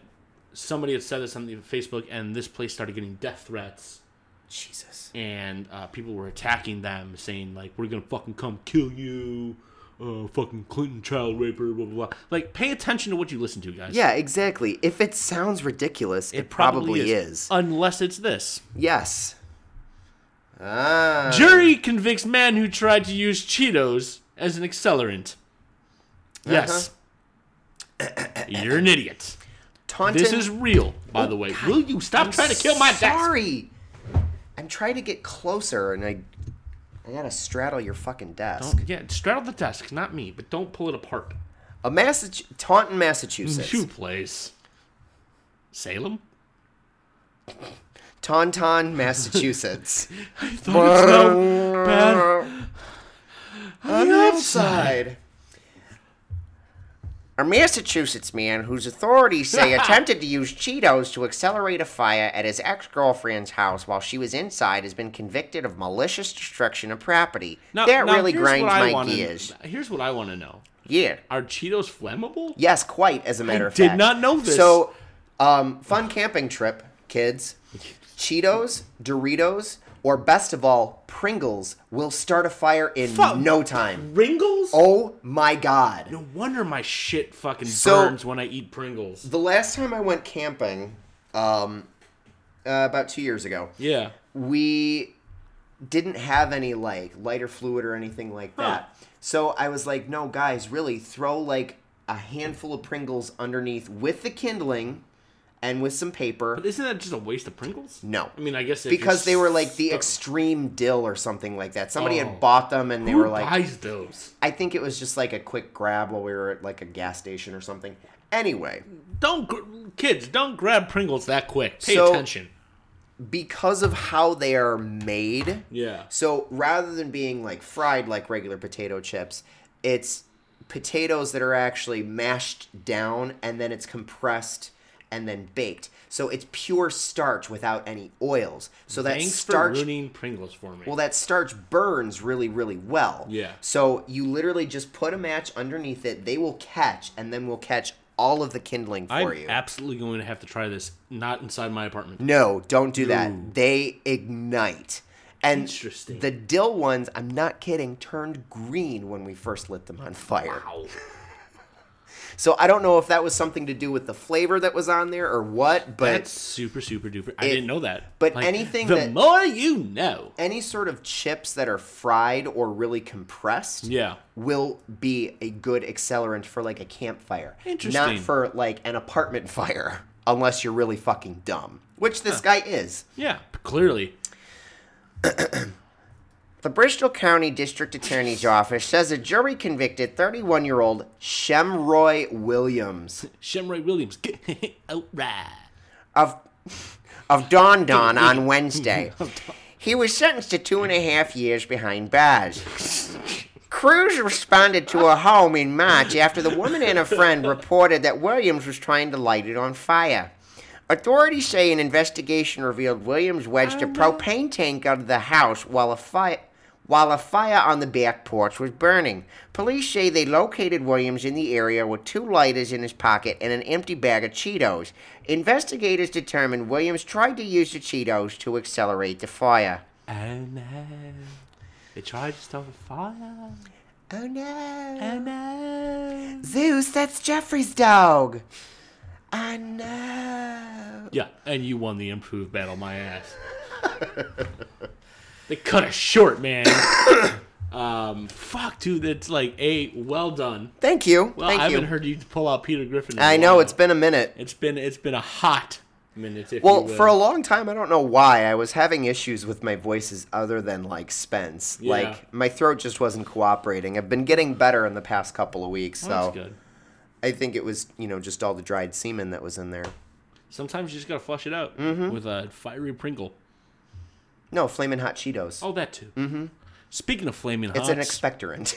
C: somebody had said this on the Facebook, and this place started getting death threats,
D: Jesus.
C: and uh, people were attacking them, saying like, "We're gonna fucking come kill you." Uh, fucking Clinton child raper, blah blah blah. Like, pay attention to what you listen to, guys.
D: Yeah, exactly. If it sounds ridiculous, it, probably, is.
C: Uh, Unless it's this.
D: yes. Ah.
C: Jury convicts man who tried to use Cheetos as an accelerant. Yes.
D: Uh-huh.
C: You're an idiot.
D: Taunton.
C: This is real, by the way. Will you stop trying to kill my desk?
D: Oh, Sorry. I'm trying to get closer, and I, I gotta straddle your fucking desk.
C: Don't- Yeah, straddle the desk, not me, but don't pull it apart.
D: A Massach- Taunton, Massachusetts.
C: Two place. Salem?
D: Taunton, Massachusetts.
C: I thought it smelled bad.
D: On the outside. A Massachusetts man whose authorities say attempted to use Cheetos to accelerate a fire at his ex girlfriend's house while she was inside has been convicted of malicious destruction of property.
C: Now-
D: that
C: now
D: really
C: here's what
D: grinds
C: I
D: my
C: wanna-
D: gears.
C: Here's what I want to know.
D: Yeah.
C: Are Cheetos flammable?
D: Yes, quite, as a matter of
C: did
D: fact.
C: not know this.
D: So, um, fun camping trip, kids. Cheetos, Doritos, or best of all, Pringles will start a fire in
C: Fuck.
D: no time.
C: Ringles?
D: Oh my god.
C: No wonder my shit fucking
D: So-
C: burns when I eat Pringles.
D: The last time I went camping, um, uh, about two years ago,
C: Yeah.
D: we didn't have any like lighter fluid or anything like that. So I was like, no, guys, really throw like a handful of Pringles underneath with the kindling and with some paper.
C: But isn't that just a waste of Pringles?
D: No.
C: I mean, I guess if
D: Because
C: you're
D: they were like the
C: stuck-
D: extreme dill or something like that. Somebody
C: Oh.
D: had bought them and they
C: Who
D: were like,
C: buys those?
D: I think it was just like a quick grab while we were at like a gas station or something. Anyway,
C: Don't gr- kids don't grab Pringles that quick. Pay
D: So-
C: attention.
D: because of how they are made,
C: Yeah.
D: So rather than being like fried like regular potato chips, it's potatoes that are actually mashed down and then it's compressed and then baked. So it's pure starch without any oils. So that
C: Thanks
D: starch
C: for ruining Pringles for me.
D: well that starch burns really really well.
C: Yeah.
D: So you literally just put a match underneath it, they will catch and then will catch all of the kindling for
C: I'm
D: you.
C: absolutely going to have to try this. Not inside my apartment.
D: No, don't do
C: No.
D: that. They ignite. And
C: Interesting.
D: the dill ones, I'm not kidding, turned green when we first lit them on fire.
C: Ow.
D: So I don't know if that was something to do with the flavor that was on there or what, but
C: That's super, super duper. I
D: It-
C: didn't know that.
D: but anything
C: the
D: that-
C: more you know.
D: any sort of chips that are fried or really compressed
C: Yeah.
D: will be a good accelerant for like a campfire.
C: Interesting.
D: Not for like an apartment fire, unless you're really fucking dumb, which this guy is.
C: Yeah. Clearly.
D: The Bristol County District Attorney's Office says a jury convicted 31 year old Shemroy Williams
C: Shemray Williams. All right.
D: of, of Don Don on Wednesday. He was sentenced to two and a half years behind bars. Cruz responded to a home in March after the woman and a friend reported that Williams was trying to light it on fire. Authorities say an investigation revealed Williams wedged a propane tank out of the house while a fire while a fire on the back porch was burning. Police say they located Williams in the area with two lighters in his pocket and an empty bag of Cheetos. Investigators determined Williams tried to use the Cheetos to accelerate the fire.
C: Oh no. They tried to start a fire.
D: Oh no.
C: Oh no.
D: Zeus, that's Jeffrey's dog. I know.
C: Yeah, and you won the improved battle, my ass. they cut us short, man. um, fuck, dude. That's like a well done.
D: Thank you.
C: Well,
D: Thank
C: I haven't
D: you.
C: heard you pull out Peter Griffin. in a
D: I know
C: while.
D: it's been a minute.
C: it's been it's been a hot minute. If
D: Well,
C: you will.
D: for a long time, I don't know why I was having issues with my voices other than like Spence.
C: Yeah.
D: Like my throat just wasn't cooperating. I've been getting better in the past couple of weeks,
C: Oh,
D: so
C: that's good.
D: I think it was you know just all the dried semen that was in there.
C: Sometimes you just gotta flush it out
D: Mm-hmm.
C: with a fiery Pringle.
D: No, flaming hot Cheetos.
C: Oh, that too. Mm-hmm. Speaking of flaming hot,
D: it's an expectorant.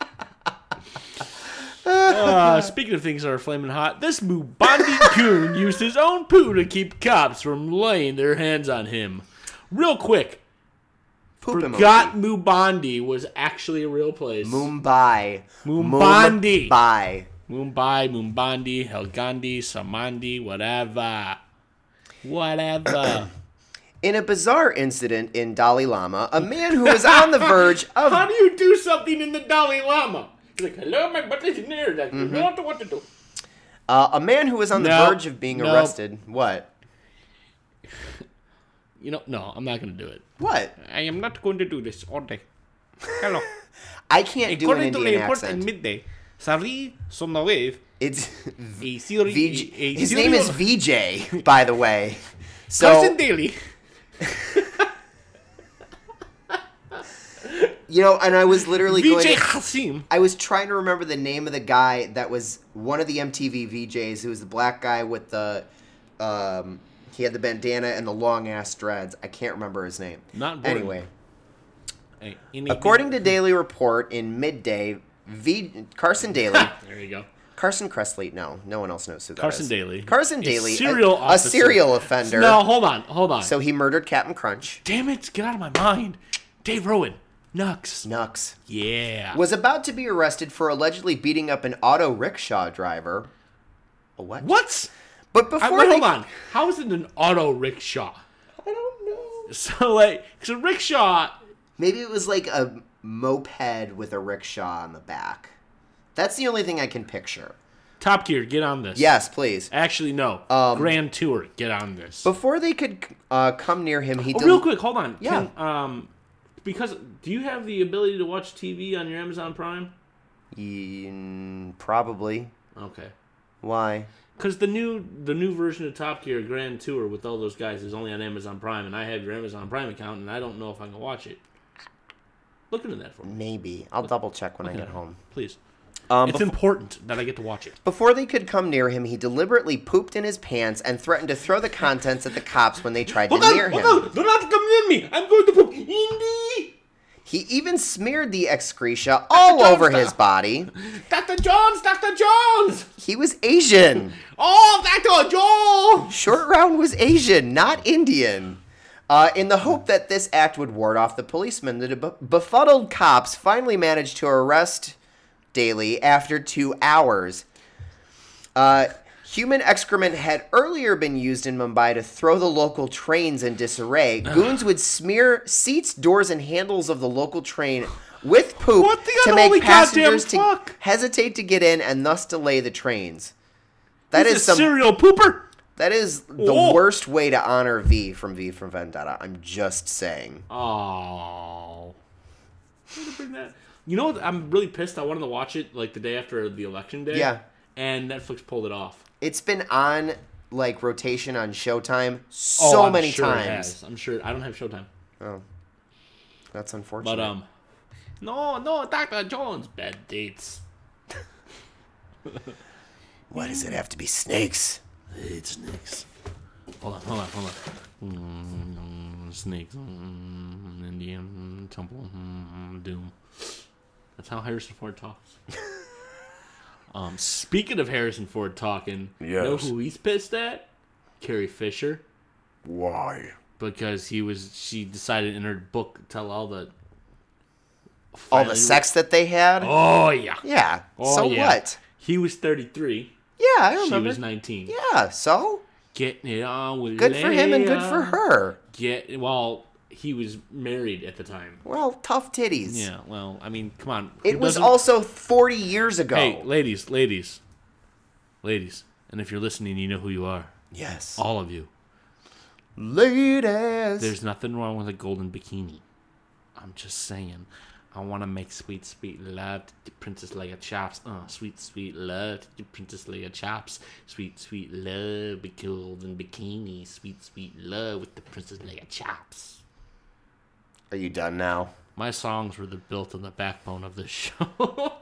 C: Uh, speaking of things that are flaming hot, this Mubandi coon used his own poo to keep cops from laying their hands on him. Real quick,
D: Poop
C: forgot
D: emoji.
C: Mubandi was actually a real place.
D: Mumbai.
C: Mumbandi.
D: Mumbai.
C: Mumbai, Mumbandi, Helgandi, Samandi, whatever. Whatever.
D: In a bizarre incident in Dalai Lama, a man who was on the verge
C: How
D: of
C: do you do something in the Dalai Lama? He's like, hello, my butt is in there. Like,
D: Mm-hmm.
C: I don't know what to do.
D: uh, a man who was on the
C: No.
D: verge of being
C: No.
D: arrested. What?
C: You know, no, I'm not going to do it.
D: What?
C: I am not going to do this all day. Hello.
D: I can't do an
C: According to the
D: Indian
C: report at
D: accent.
C: midday, Sari Somnarev,
D: It's
C: a theory.
D: VJ.
C: a- a
D: His
C: serial-
D: name is VJ, by the way.
C: Carson
D: So
C: Daly.
D: you know, and I was literally
C: VJ
D: going.
C: Hassim.
D: I was trying to remember the name of the guy that was one of the MTV VJs. Who was the black guy with the, um, he had the bandana and the long ass dreads. I can't remember his name.
C: Not Gordon.
D: anyway.
C: Hey, any-
D: According to Daily Report in midday, v- Carson Daly,
C: There you go.
D: Carson Cressley. No, no one else knows who that
C: Carson
D: is.
C: Daly.
D: Carson
C: A
D: Daly, a
C: serial
D: a,
C: officer.
D: serial offender.
C: No, hold on, hold on.
D: So he murdered Captain Crunch.
C: Damn it, get out of my mind. Dave Rowan. Nux.
D: Nux
C: Yeah.
D: was about to be arrested for allegedly beating up an auto rickshaw driver. A what?
C: What?
D: But
C: I,
D: before
C: wait,
D: they-
C: hold on. How is it an auto rickshaw?
D: I don't know.
C: So, like, because a rickshaw,
D: Maybe it was like a moped with a rickshaw on the back. That's the only thing I can picture.
C: Top Gear, get on this.
D: Yes, please.
C: Actually, no.
D: Um,
C: Grand Tour, get on this.
D: Before they could uh, come near him, he
C: Oh,
D: del-
C: real quick, hold on.
D: Yeah.
C: Can, um, because do you have the ability to watch TV on your Amazon Prime?
D: Mm, probably.
C: Okay.
D: Why?
C: Because the new the new version of Top Gear Grand Tour with all those guys is only on Amazon Prime, and I have your Amazon Prime account, and I don't know if I can watch it. Look into that for me.
D: Maybe. I'll double check when I get home.
C: please.
D: Um,
C: it's important that I get to watch it.
D: Before they could come near him, he deliberately pooped in his pants and threatened to throw the contents at the cops when they tried to near him.
C: Do not come near me! I'm going to poop. Indy,
D: He even smeared the excretia all over his body.
C: Doctor Jones, Doctor Jones!
D: He was Asian.
C: Oh, Doctor Jones!
D: Short Round was Asian, not Indian. Uh, in the hope that this act would ward off the policemen, the bef- befuddled cops finally managed to arrest daily after two hours. Uh, human excrement had earlier been used in Mumbai to throw the local trains in disarray. Goons would smear seats, doors, and handles of the local train with poop
C: What the
D: to
C: unholy
D: make
C: goddamn
D: passengers to
C: fuck?
D: hesitate to get in and thus delay the trains. That
C: He's
D: is
C: a
D: some
C: serial pooper.
D: that is the
C: Whoa.
D: worst way to honor V from V from Vendetta. I'm just saying.
C: Oh. Way to bring that- You know what? I'm really pissed. I wanted to watch it like the day after the election day.
D: Yeah.
C: And Netflix pulled it off.
D: It's been on like rotation on Showtime so
C: Oh, I'm
D: many
C: sure it
D: times.
C: has. I'm sure. I don't have Showtime.
D: That's unfortunate.
C: But, um. No, no, Dr. Jones. Bad dates.
D: Why does it have to be snakes?
C: It's snakes. Hold on, hold on, hold on. Mm, snakes. Mm, Indian temple. Mm, doom. That's how Harrison Ford talks. um, speaking of Harrison Ford talking, you know
D: Yes.
C: who he's pissed at? Carrie Fisher.
D: Why?
C: Because he was, she decided in her book to tell all the.
D: All the sex that they had?
C: Oh, yeah.
D: Yeah.
C: Oh,
D: so
C: yeah.
D: what?
C: He was 33.
D: Yeah, I
C: She
D: remember.
C: was 19.
D: yeah, so
C: Getting it on with
D: good for him and good
C: Leia.
D: for her.
C: get well he was married at the time
D: Well, tough titties.
C: yeah well i mean come on who
D: It was
C: doesn't-
D: also 40 years ago.
C: hey ladies ladies ladies and if you're listening you know who you are
D: yes.
C: all of you
D: Ladies.
C: Oh. there's nothing wrong with a golden bikini i'm just saying i want to make sweet sweet love to princess leia chops uh, sweet sweet love to princess leia chops sweet sweet love with golden bikini sweet sweet love with the princess leia chops
D: Are you done now?
C: my songs were the built on the backbone of this show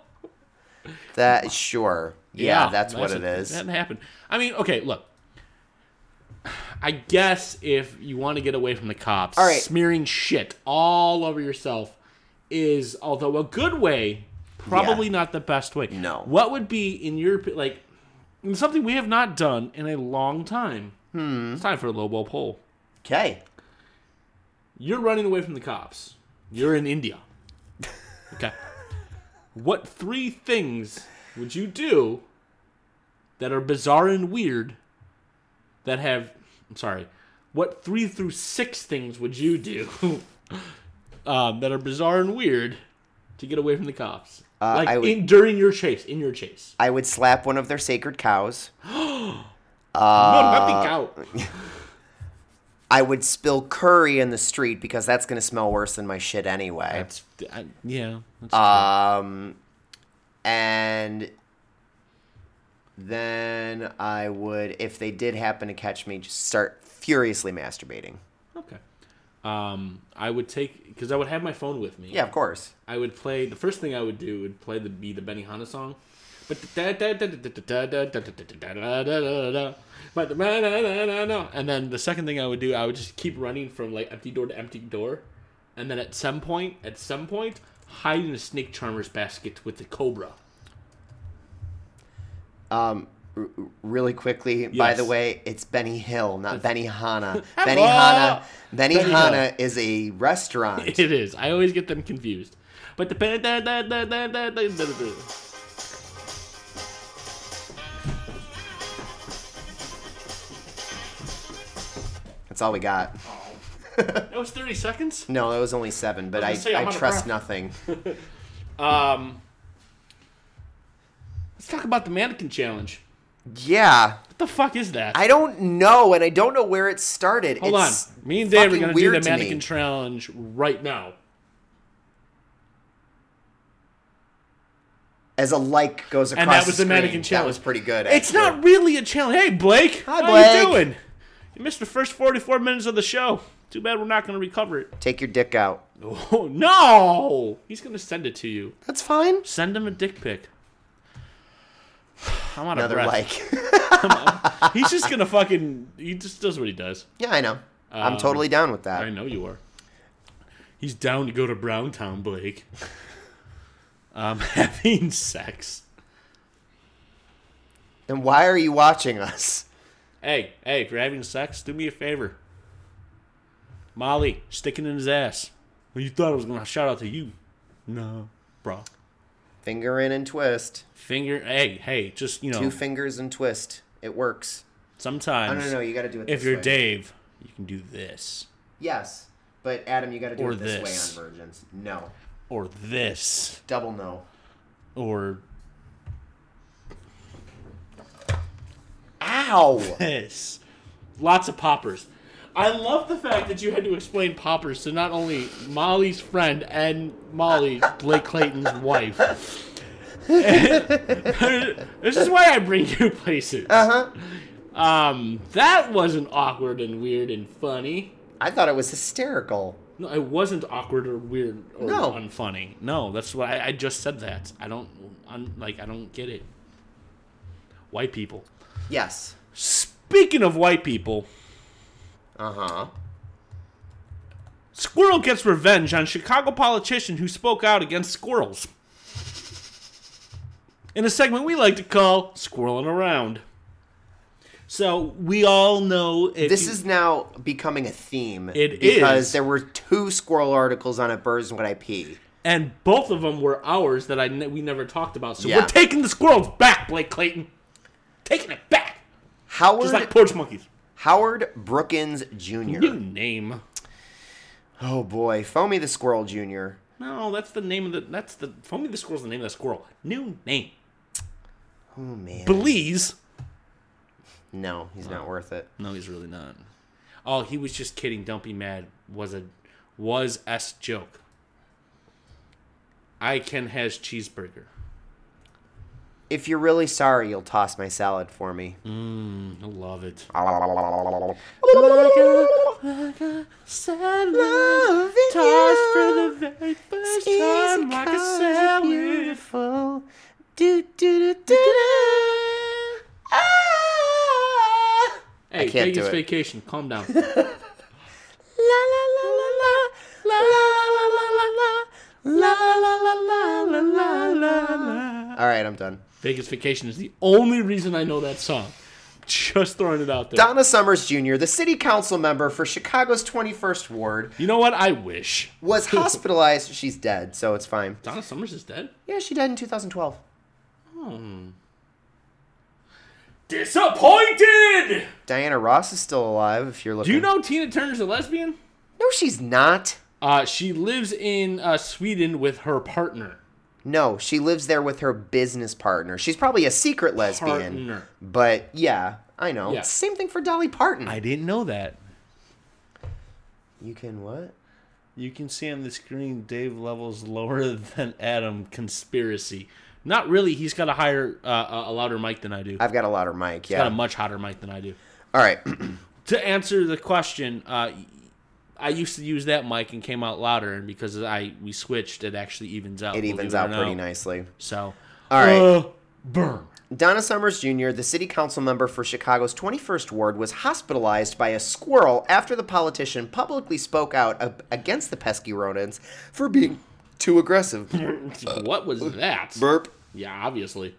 D: That sure. Yeah, that's what it
C: a-
D: is.
C: That happened. I mean, okay, look. I guess if you want to get away from the cops,
D: All right.
C: smearing shit all over yourself is, although a good way, probably not the best way.
D: No.
C: What would be in your opi- like and something we have not done in a long time? Hmm. It's time for a lowball poll.
D: Okay.
C: You're running away from the cops. You're in India. Okay. what three things would you do that are bizarre and weird that have I'm sorry. What three through six things would you do um, that are bizarre and weird to get away from the cops?
D: Uh,
C: like
D: I would-
C: in, during your chase, in your chase.
D: I would slap one of their sacred cows. Uh,
C: no, not the cow.
D: I would spill curry in the street because that's going to smell worse than my shit anyway.
C: That's I, yeah. That's
D: Um, and then I would, if they did happen to catch me, just start furiously masturbating.
C: okay. Um, I would take because I would have my phone with me.
D: Yeah, of course.
C: I would play the first thing I would do would play the be the Benihana song. But and then the second thing I would do, I would just keep running from like empty door to empty door, and then at some point, at some point, hide in a snake charmer's basket with the cobra.
D: Um, r- r- really quickly, by
C: Yes.
D: the way, it's Benny Hill, not Benny Hanna.
C: Ah!
D: Benny Hanna, Benny
C: Benny
D: Hanna is a restaurant.
C: It is. I always get them confused. But the
D: That's all we got.
C: that was thirty seconds.
D: No, that was only seven, but
C: I
D: I,
C: was gonna say,
D: I
C: I'm out of
D: trust
C: breath.
D: nothing.
C: Um, let's talk about the mannequin challenge.
D: Yeah.
C: What the fuck is that?
D: I don't know, and I don't know where it started.
C: Hold on.
D: It's
C: Me and Dave are
D: fucking
C: going to do the
D: weird to me.
C: mannequin challenge right now.
D: As a like goes across
C: And that was the
D: screen.
C: mannequin
D: That
C: challenge.
D: was pretty good.
C: It's
D: actually.
C: not really a challenge. Hey, Blake.
D: Hi,
C: how you
D: Blake.
C: doing? You missed the first 44 minutes of the show. Too bad we're not going to recover it.
D: Take your dick out.
C: Oh, no. He's going to send it to you.
D: That's fine.
C: Send him a dick pic. I'm out
D: Another
C: of breath.
D: like.
C: He's just going to fucking. He just does what he does.
D: yeah, I know. I'm
C: Um,
D: totally down with that.
C: I know you are. He's down to go to Browntown, Blake. um, having sex.
D: Then why are you watching us?
C: Hey, hey, if you're having sex, do me a favor. Molly, sticking in his ass. Well, you thought I was gonna shout out to you. No, bro.
D: Finger in and twist.
C: Finger, hey, hey, just you know,
D: Two fingers and twist. It works.
C: sometimes
D: No, no, no. You got to do it.
C: if
D: this
C: you're
D: way.
C: Dave, you can do this
D: Yes, but Adam, you got to do
C: Or
D: it this,
C: this.
D: way on virgins. No,
C: or this
D: double no.
C: or
D: Ow!
C: this. Lots of poppers. I love the fact that you had to explain poppers to not only Molly's friend and Molly, Blake Clayton's wife. this is why I bring you places.
D: Uh huh.
C: Um, that wasn't awkward and weird and funny.
D: I thought it was hysterical.
C: No, it wasn't awkward or weird or
D: No.
C: unfunny. No, that's why I, I just said that. I don't, I'm like, I don't get it. White people.
D: Yes.
C: Speaking of white people,
D: Uh huh.
C: Squirrel gets revenge on Chicago politician who spoke out against squirrels. In a segment we like to call Squirreling Around. So we all know if
D: This
C: you-
D: is now becoming a theme.
C: It
D: because
C: is.
D: there were two squirrel articles on at Birds and What I Pee.
C: and both of them were ours that I ne- we never talked about. So
D: Yeah.
C: we're taking the squirrels back, Blake Clayton. Taking it back,
D: Howard
C: just like porch monkeys.
D: Howard Brookins Jr.
C: New name?
D: Oh boy, Foamy the Squirrel Jr.
C: No, that's the name of the. That's the. For me, the squirrel's the name of the squirrel. New name.
D: Oh man.
C: Belize.
D: no, he's not worth it.
C: No, he's really not. Oh, he was just kidding. Don't be mad. Was a was s joke. I can has cheeseburger.
D: If you're really sorry, you'll toss my salad for me.
C: I love it.
D: Toss
C: the very first
D: beautiful. Do, do, do, do, do. Ah.
C: Hey,
D: can't
C: Vegas
D: do it.
C: vacation. Calm down.
D: La la la la la la la la la la la la la la la la la. All right, I'm done.
C: Vegas vacation is the only reason I know that song. Just throwing it out there.
D: Donna Summers Jr., the city council member for Chicago's 21st Ward,
C: You know what? I wish.
D: was hospitalized. She's dead, so it's fine.
C: Donna Summers is dead.
D: Yeah, she died in 2012.
C: Disappointed.
D: Diana Ross is still alive. If you're looking,
C: Do you know Tina Turner's a lesbian?
D: No, she's not.
C: Uh, she lives in uh, Sweden with her partner.
D: No, she lives there with her business partner. She's probably a secret lesbian.
C: Partner.
D: But yeah, I know.
C: Yeah.
D: Same thing for Dolly Parton.
C: didn't know that.
D: you can what?
C: You can see on the screen Dave levels lower than Adam conspiracy. Not really. He's got a higher, uh, a louder mic than I do.
D: I've got a louder mic. Yeah.
C: Got a much hotter mic than I do.
D: All right.
C: To answer the question, uh, I used to use that mic and came out louder, and because I we switched, it actually evens out.
D: It
C: believe
D: evens
C: or
D: out pretty
C: not.
D: nicely.
C: So,
D: All right.
C: uh, burn.
D: Donna Summers Jr., the city council member for Chicago's 21st Ward, was hospitalized by a squirrel after the politician publicly spoke out ab- against the pesky rodents for being too aggressive.
C: what
D: Uh,
C: was that?
D: Burp.
C: Yeah, obviously.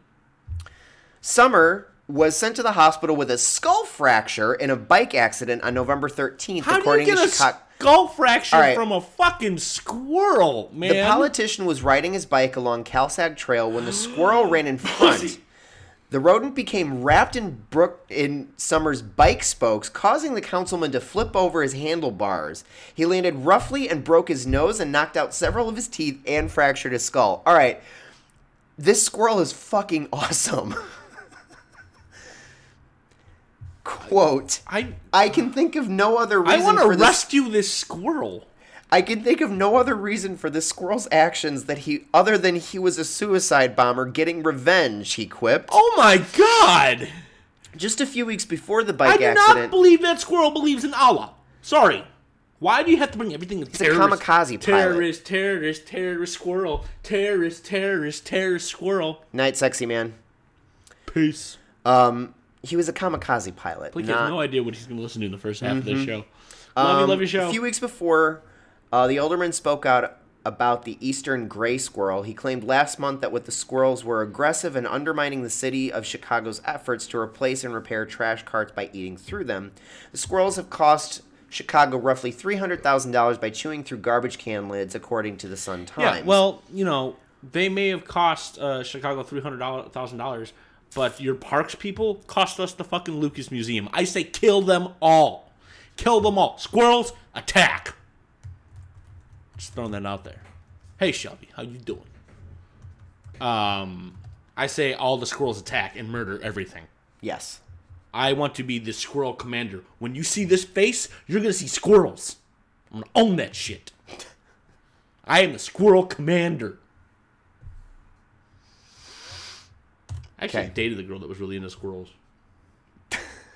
D: Summer was sent to the hospital with a skull fracture in a bike accident on November 13th,
C: How do you
D: according
C: get
D: to
C: a
D: Chicago.
C: skull fracture
D: All right.
C: from a fucking squirrel, man?
D: The politician was riding his bike along Calsag Trail when the squirrel ran in front.
C: Pussy.
D: The rodent became wrapped in Brook in Summers' bike spokes, causing the councilman to flip over his handlebars. He landed roughly and broke his nose and knocked out several of his teeth and fractured his skull. All right, this squirrel is fucking awesome. Quote.
C: I
D: I can think of no other
C: I
D: reason
C: want to
D: for this
C: rescue this squirrel.
D: I can think of no other reason for this squirrel's actions that he other than he was a suicide bomber getting revenge, he quipped.
C: Oh my god!
D: Just a few weeks before the
C: I
D: bike
C: do not
D: accident.
C: believe that squirrel believes in Allah. Sorry. Why do you have to bring everything? He's
D: a kamikaze pilot.
C: Terrorist, terrorist, terrorist squirrel. Terrorist, terrorist, terrorist squirrel.
D: Night sexy man.
C: Peace.
D: He was a kamikaze pilot.
C: Blake
D: not-
C: has no idea what he's going to listen to in the first half of this show. Love you, love your show.
D: Um, A few weeks before, uh, the alderman spoke out about the eastern gray squirrel. He claimed last month that what the squirrels were aggressive and undermining the city of Chicago's efforts to replace and repair trash carts by eating through them. The squirrels have cost Chicago roughly $300,000 by chewing through garbage can lids, according to the Sun Times.
C: yeah, well, you know, they may have cost uh, Chicago three hundred thousand dollars, but your parks people cost us the fucking Lucas Museum. I say kill them all, kill them all. Squirrels attack. Just throwing that out there. Hey Shelby, how you doing? Um, I say all the squirrels attack and murder everything.
D: Yes.
C: I want to be the squirrel commander. When you see this face, you're gonna see squirrels. I'm gonna own that shit. I am the squirrel commander. I actually
D: Okay.
C: dated the girl that was really into squirrels.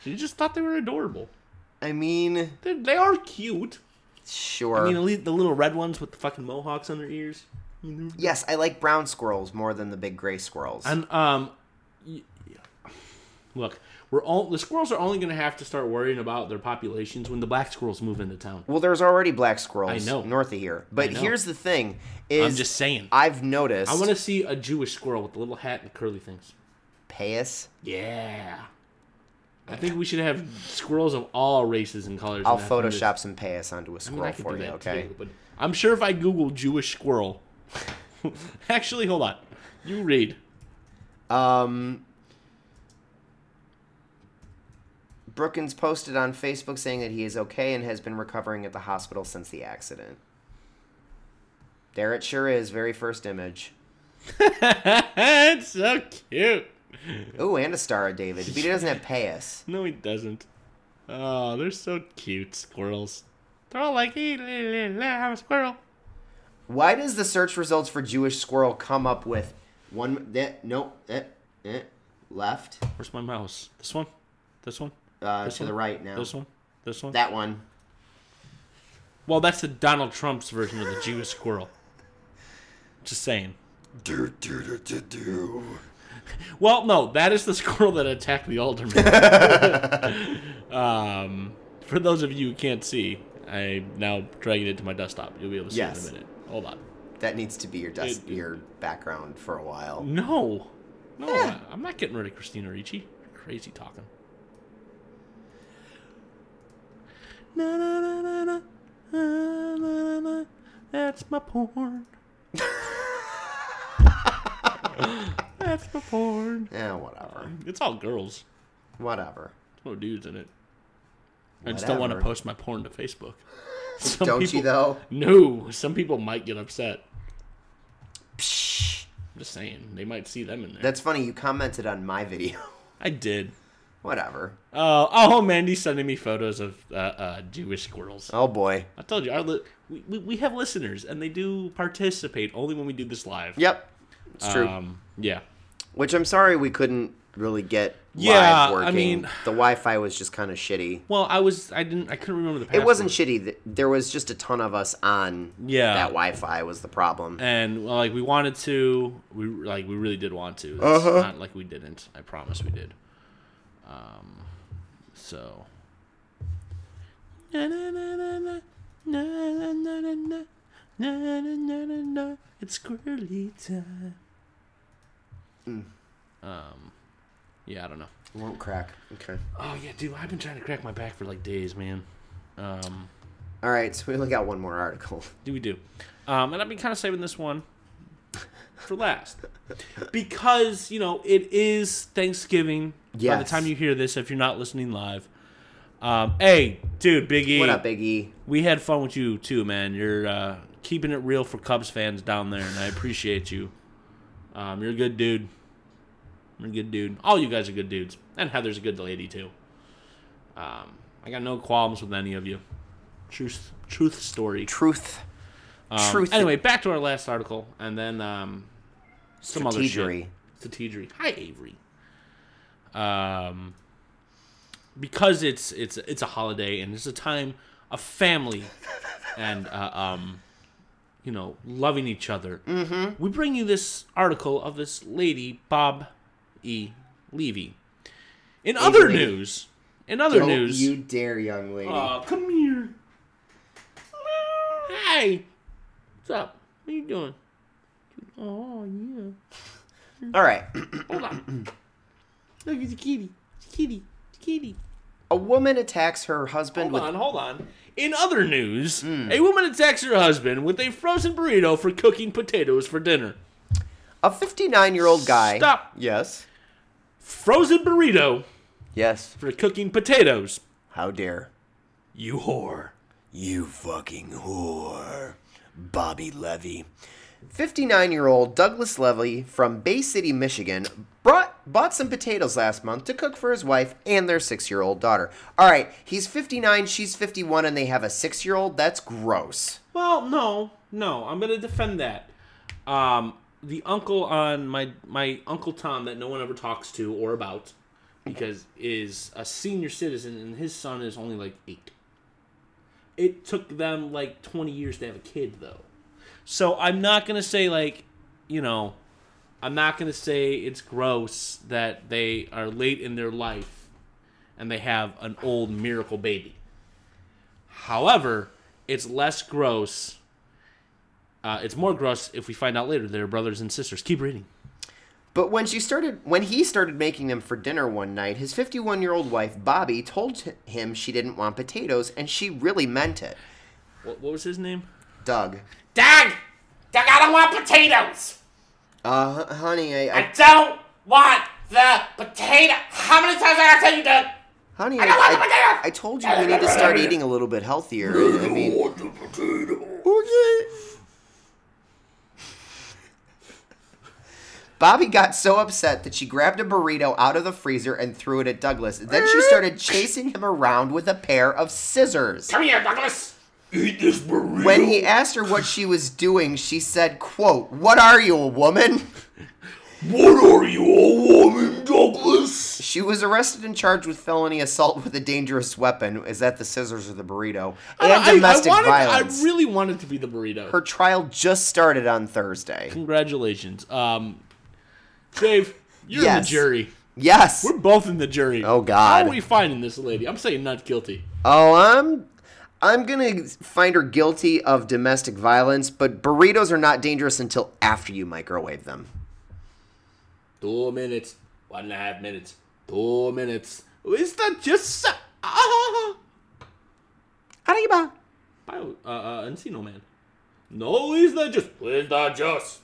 C: she just thought they were adorable.
D: I mean,
C: They, they are cute.
D: sure.
C: I mean, at least the little red ones with the fucking mohawks on their ears.
D: yes, I like brown squirrels more than the big gray squirrels.
C: And um, y- y- look, we're all the squirrels are only going to have to start worrying about their populations when the black squirrels move into town.
D: well, there's already black squirrels
C: I know.
D: north of here. But
C: know.
D: here's the thing: is
C: I'm just saying. I,
D: I've noticed.
C: want to see a Jewish squirrel with the little hat and the curly things.
D: Payas.
C: Yeah. I think we should have squirrels of all races and colors.
D: I'll
C: and that kind of-
D: Photoshop some payas onto a
C: I
D: squirrel
C: mean, I could
D: for
C: do
D: you.
C: that
D: Okay.
C: too, but I'm sure if I Google Jewish squirrel, actually, hold on, you read.
D: Um, Brookins posted on Facebook saying that he is okay and has been recovering at the hospital since the accident. There it sure is. Very first image.
C: it's so cute.
D: Ooh, and a Star of David, but he doesn't have payas.
C: No, he doesn't. Oh, they're so cute, squirrels. They're all like, hey, la, la, la, I'm a squirrel.
D: Why does the search results for Jewish squirrel come up with one that nope that eh, left
C: Where's my mouse? This one? This one?
D: uh,
C: This
D: to the
C: one?
D: right now?
C: This one? This one?
D: That one.
C: Well, that's the Donald Trump's version of the Jewish squirrel. Just saying. Well, no, that is the squirrel that attacked the alderman. um, for those of you who can't see, I'm now dragging it to my desktop. You'll be able to see
D: Yes.
C: it in a minute. Hold on.
D: That needs to be your desk,
C: It- Mm. it-
D: your background for a while.
C: No. No, I- I'm not getting rid of Christina Ricci. Crazy talking. Na, na, na, na, na, na, na, na, That's my porn. That's my porn.
D: Yeah, Eh, whatever,
C: It's all girls.
D: whatever.
C: There's no dudes in it. I just don't want to
D: Whatever.
C: post my porn to Facebook. Some
D: Don't you though?
C: No, some people might get upset. I'm just saying, they might see them in there.
D: That's funny. You commented on my video.
C: I did.
D: whatever.
C: Oh, oh, Mandy's sending me photos of uh, uh, Jewish squirrels.
D: Oh boy.
C: I told you, our li- we, we, we have listeners, and they do participate only when we do this live.
D: Yep, it's true.
C: Um, yeah.
D: Which I'm sorry we couldn't really get
C: Yeah,
D: live
C: I
D: working.
C: mean-
D: the Wi-Fi was just kind of shitty.
C: Well, I was, I didn't, I couldn't remember the password.
D: It wasn't shitty. th- There was just a ton of us on.
C: Yeah. Eh.
D: That Wi-Fi was the problem.
C: And well, like we wanted to, we like we really did want to. It's
D: Uh-huh.
C: not like we didn't. I promise we did. Um, so. Na, na, na, na, na. Na, na, na, na, na. Na, na, na, na, na. It's squirrely time. Um, yeah, I don't know.
D: Won't crack. Okay.
C: Oh yeah, dude, I've been trying to crack my back for like days, man. Um,
D: All right. So we only got one more article.
C: do we do? Um, and I've been kind of saving this one for last because you know it is Thanksgiving. By the
D: Yes.
C: time you hear this, if you're not listening live, um, hey, dude, Big E,
D: What up, Biggie?
C: we had fun with you too, man. You're uh, keeping it real for Cubs fans down there, and I appreciate you. Um, you're a good dude. You're a good dude. All you guys are good dudes, and Heather's a good lady too. Um, I got no qualms with any of you. Truth, truth story.
D: Truth.
C: Um,
D: Truth.
C: Anyway, back to our last article, and then um, some other shit.
D: Strategery.
C: Strategery. Hi, Avery. Um, because it's it's it's a holiday and it's a time of family and uh, um, you know, loving each other. Mm-hmm. We bring you this article of this lady, Bob E. Levy. In other
D: Avery.
C: news, in other
D: Don't
C: news,
D: you dare, young lady.
C: Aw, come here. Hey. What's up? What you doing? Oh, yeah.
D: All right.
C: Hold on. Look, it's a kitty. It's a kitty. It's a kitty.
D: A woman attacks her husband
C: Hold
D: with
C: on, hold on. In other news, a woman attacks her husband with a frozen burrito for cooking potatoes for dinner.
D: A 59 year old guy.
C: Stop.
D: Yes.
C: Frozen burrito
D: Yes.
C: for cooking potatoes.
D: How dare.
C: You whore.
D: You fucking whore. Bobby Levy. 59 year old Douglas Levy from Bay City, Michigan, brought, bought some potatoes last month to cook for his wife and their six year old daughter. All right, he's 59, she's 51, and they have a six year old? That's gross.
C: Well, no, no, I'm gonna defend that. Um, the uncle on my my uncle Tom that no one ever talks to or about because is a senior citizen and his son is only like eight. It took them like 20 years to have a kid though, so I'm not gonna say like, you know, I'm not gonna say it's gross that they are late in their life and they have an old miracle baby. However, it's less gross. Uh, it's more gross if we find out later they're brothers and sisters. Keep reading.
D: But when she started, when he started making them for dinner one night, his 51 year old wife, Bobby, told h- him she didn't want potatoes, and she really meant it.
C: What, what was his name?
D: Doug.
E: Doug! Doug, I don't want potatoes!
D: Uh, h- honey, I,
E: I
D: I
E: don't want the potato! How many times I gotta tell you, Doug?
D: honey, I,
E: I don't want the
D: I,
E: potatoes!
D: I told you we need to start eating a little bit healthier. I I mean, Bobby got so upset that she grabbed a burrito out of the freezer and threw it at Douglas. Then she started chasing him around with a pair of scissors.
E: Come here, Douglas!
D: When he asked her what she was doing, she said, quote, What are you, a woman?
F: What are you, a woman, Douglas?
D: She was arrested and charged with felony assault with a dangerous weapon. Is that the scissors or the burrito? And domestic
C: wanted,
D: violence.
C: I really wanted to be the burrito.
D: her trial just started on Thursday.
C: Congratulations, um, Dave. You're in
D: Yes.
C: the jury.
D: Yes.
C: We're both in the jury.
D: Oh, God.
C: How are we finding this lady? I'm saying not guilty.
D: Oh, I'm I'm gonna find her guilty of domestic violence, but burritos are not dangerous until after you microwave them.
C: Two minutes, one and a half minutes, two minutes. Is that just? so- Ah!
D: Arriba.
C: Bio, uh, uh, Encino man. No, he's not just. He's not just.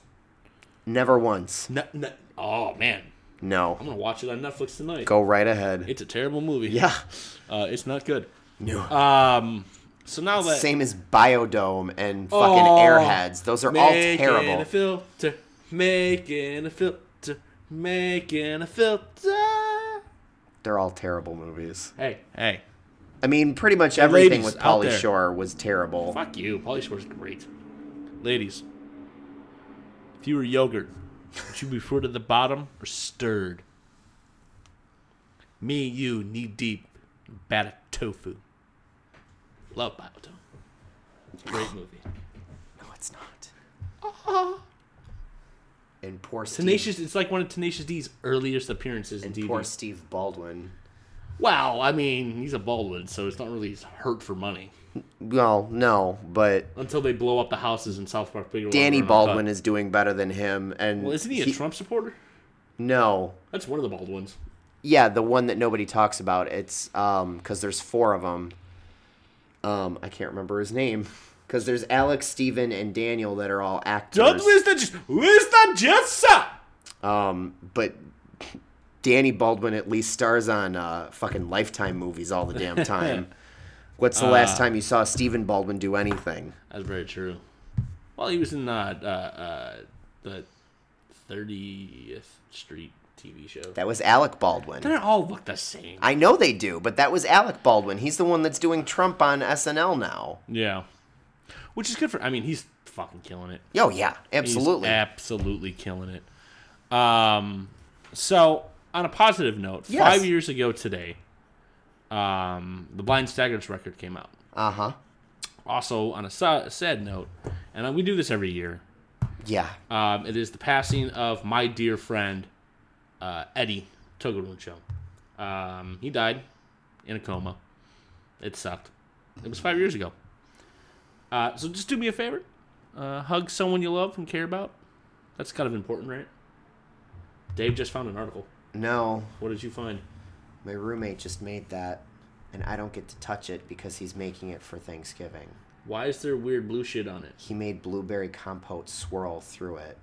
D: Never once.
C: No, no. Oh man, I'm
D: No.
C: gonna watch it on Netflix tonight.
D: Go right ahead.
C: It's a terrible movie.
D: Yeah.
C: Uh, it's not good.
D: No.
C: Um, so now that
D: Same as Biodome and fucking
C: Oh,
D: Airheads. Those are all
C: Making
D: terrible.
C: a filter, making a filter, making a filter.
D: They're all terrible movies.
C: Hey, hey,
D: I mean, pretty much everything
C: ladies
D: with
C: out
D: Polly
C: there.
D: Shore was terrible.
C: fuck you. Polly Shore's great. Ladies, if you were yogurt, would you prefer to the bottom or stirred? Me, and you, knee deep, batter tofu. Love Biotome. Great movie.
D: No, it's not. And poor Steve,
C: Uh-huh. Tenacious, it's like one of Tenacious D's earliest appearances in
D: and
C: TV.
D: poor Steve Baldwin.
C: Wow, I mean, he's a Baldwin, so it's not really his hurt for money.
D: Well, no, but
C: Until they blow up the houses in South Park. Big
D: Danny Baldwin is doing better than him, and
C: Well, isn't he a Trump supporter?
D: No,
C: That's one of the Baldwins.
D: yeah, the one that nobody talks about. It's um because there's four of them. Um, I can't remember his name because there's Alex, Steven, and Daniel that are all actors.
C: the just who's the just
D: Um, but Danny Baldwin at least stars on uh fucking Lifetime movies all the damn time. What's the last time you saw Steven Baldwin do anything?
C: That's very true. Well, he was in uh, uh, uh, the Thirtieth Street TV show.
D: That was Alec Baldwin.
C: They all look the same.
D: I know they do, but that was Alec Baldwin. He's the one that's doing Trump on SNL now.
C: Yeah, which is good for. I mean, he's fucking killing it.
D: Oh yeah,
C: He's
D: absolutely.
C: absolutely killing it. Um, so on a positive note,
D: Yes.
C: five years ago today, um, the Blind Staggers record came out.
D: Uh huh.
C: Also, on a sa- sad note, and we do this every year,
D: Yeah.
C: um, it is the passing of my dear friend uh, Eddie Toguruncho. Um, he died in a coma. It sucked. It was five years ago. Uh, so just do me a favor, uh, hug someone you love and care about. That's kind of important, right? Dave just found an article.
D: No,
C: What did you find?
D: my roommate just made that, and I don't get to touch it because he's making it for Thanksgiving.
C: Why is there weird blue shit on it?
D: He made blueberry compote swirl through it.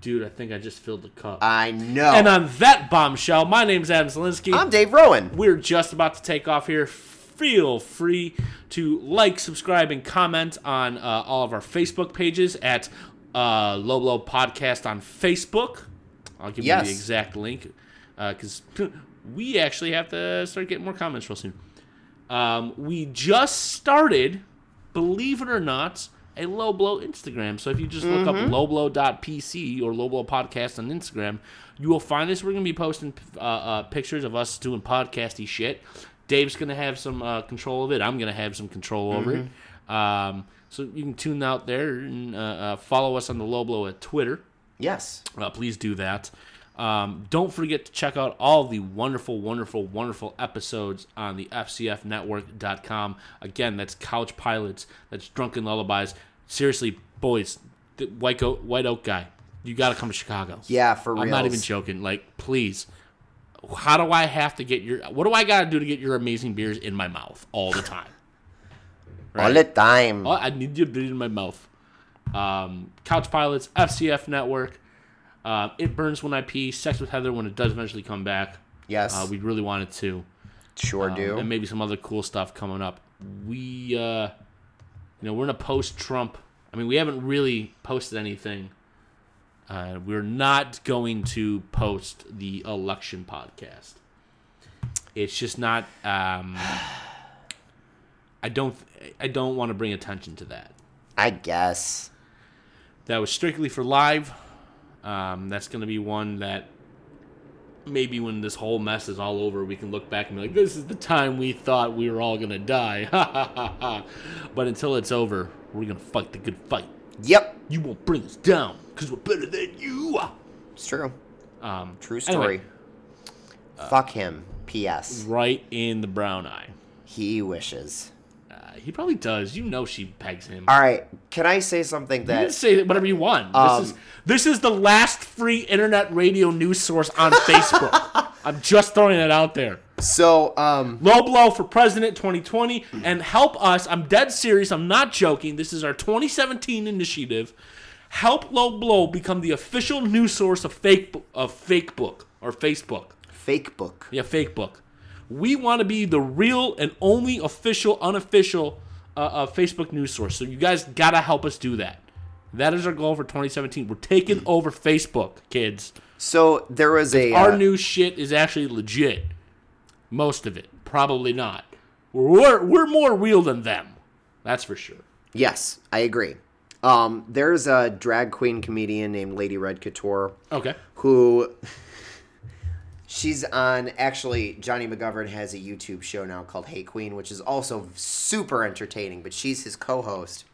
C: dude, I think I just filled the cup.
D: I know.
C: and on that bombshell, my name's Adam Zelinsky.
D: I'm Dave Rowan.
C: We're just about to take off here. Feel free to like, subscribe, and comment on uh, all of our Facebook pages at uh, Low Blow Podcast on Facebook. I'll give you
D: Yes.
C: the exact link because we actually have to start getting more comments real soon. Um, we just started, believe it or not, a Low Blow Instagram. So if you just look up lowblow.pc or Low Blow Podcast on Instagram, you will find this. We're going to be posting uh, uh, pictures of us doing podcasty shit. Dave's going to have some uh, control of it. I'm going to have some control over it. Um, so you can tune out there and uh, uh, follow us on the Low Blow at Twitter.
D: Yes.
C: Uh, please do that. Um, don't forget to check out all the wonderful, wonderful, wonderful episodes on the FCFnetwork.com. Again, that's Couch Pilots, that's Drunken Lullabies. Seriously, boys, the White Oak, White Oak guy, you got to come to Chicago.
D: Yeah, for real.
C: I'm not even joking. Like, please, how do I have to get your? What do I got to do to get your amazing beers in my mouth all the time?
D: All the time.
C: Oh, I need you to be in my mouth. Um, Couch Pilots, FCF Network. Uh, it burns when I pee. Sex with Heather when it does eventually come back.
D: yes.
C: Uh, we really wanted to,
D: sure do.
C: and maybe some other cool stuff coming up. We, uh, you know, we're in a post-Trump. I mean, we haven't really posted anything. Uh, we're not going to post the election podcast. It's just not. Um, I don't. I don't want to bring attention to that.
D: I guess.
C: that was strictly for live. Um, that's going to be one that maybe when this whole mess is all over, we can look back and be like, this is the time we thought we were all going to die. Ha, ha, ha, ha. but until it's over, we're going to fight the good fight.
D: Yep.
C: You won't bring us down because we're better than you.
D: It's true.
C: Um,
D: True
C: anyway, Uh,
D: story. Fuck him. P.S.
C: right in the brown eye.
D: He wishes.
C: Uh, he probably does. You know she pegs him.
D: All right. Can I say something
C: You
D: that
C: can say whatever you want.
D: Um,
C: this is this is the last free internet radio news source on Facebook. I'm just throwing it out there.
D: so um
C: Low blow for president 2020 and help us. I'm dead serious. I'm not joking. This is our 2017 initiative. Help Low Blow become the official news source of fake of fake book or Facebook.
D: fake book.
C: Yeah, fake book. We want to be the real and only official, unofficial uh, uh, Facebook news source. So you guys gotta help us do that. That is our goal for 2017. We're taking over Facebook, kids.
D: So there was a uh,
C: Our new shit is actually legit. Most of it, probably not. We're we're more real than them. That's for sure.
D: Yes, I agree. Um there's a drag queen comedian named Lady Red Couture
C: Okay.
D: who she's on actually Johnny McGovern has a YouTube show now called Hey Queen, which is also super entertaining, but she's his co-host.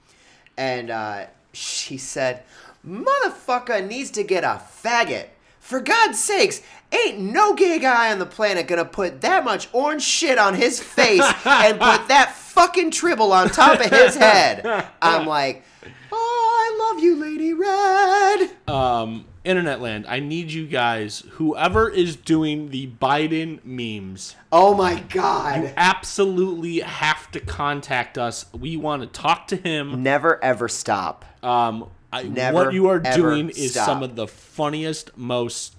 D: And uh, she said, "Motherfucker needs to get a faggot. For God's sakes, ain't no gay guy on the planet gonna put that much orange shit on his face and put that fucking tribble on top of his head." I'm like, "Oh, I love you, Lady Red."
C: Um, Internet land. I need you guys. Whoever is doing the Biden memes.
D: Oh my god.
C: absolutely have to contact us. We want to talk to him.
D: Never ever stop.
C: Um, I,
D: Never,
C: what you are
D: ever
C: doing is
D: stop.
C: some of the funniest, most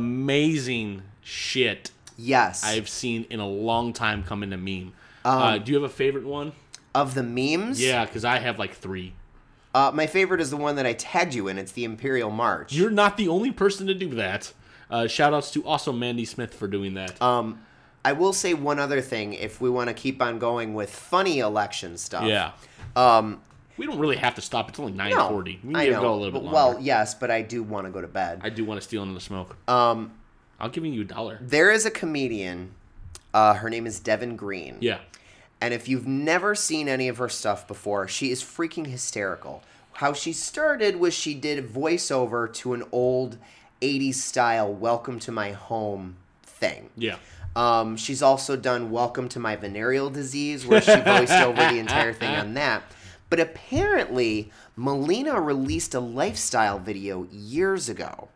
C: amazing shit
D: yes.
C: I've seen in a long time come in a meme.
D: Um,
C: uh, do you have a favorite one?
D: of the memes,
C: Yeah, because I have like three.
D: uh, my favorite is the one that I tagged you in. It's the Imperial March.
C: You're not the only person to do that. Uh, shout outs to also Mandy Smith for doing that.
D: um, I will say one other thing if we want to keep on going with funny election stuff.
C: yeah.
D: Um,
C: We don't really have to stop. It's only 9.40.
D: no,
C: we
D: I
C: need to
D: know.
C: go a little bit
D: But-
C: longer.
D: Well, yes, but I do want to go to bed.
C: I do want to steal another smoke.
D: Um,
C: I'll give you a dollar.
D: there is a comedian. Uh, her name is Devin Green.
C: Yeah.
D: And if you've never seen any of her stuff before, she is freaking hysterical. How she started was she did a voiceover to an old 80s style Welcome to My Home thing.
C: Yeah.
D: Um, she's also done Welcome to My Venereal Disease, where she voiced over the entire thing on that. But apparently, Melina released a lifestyle video years ago.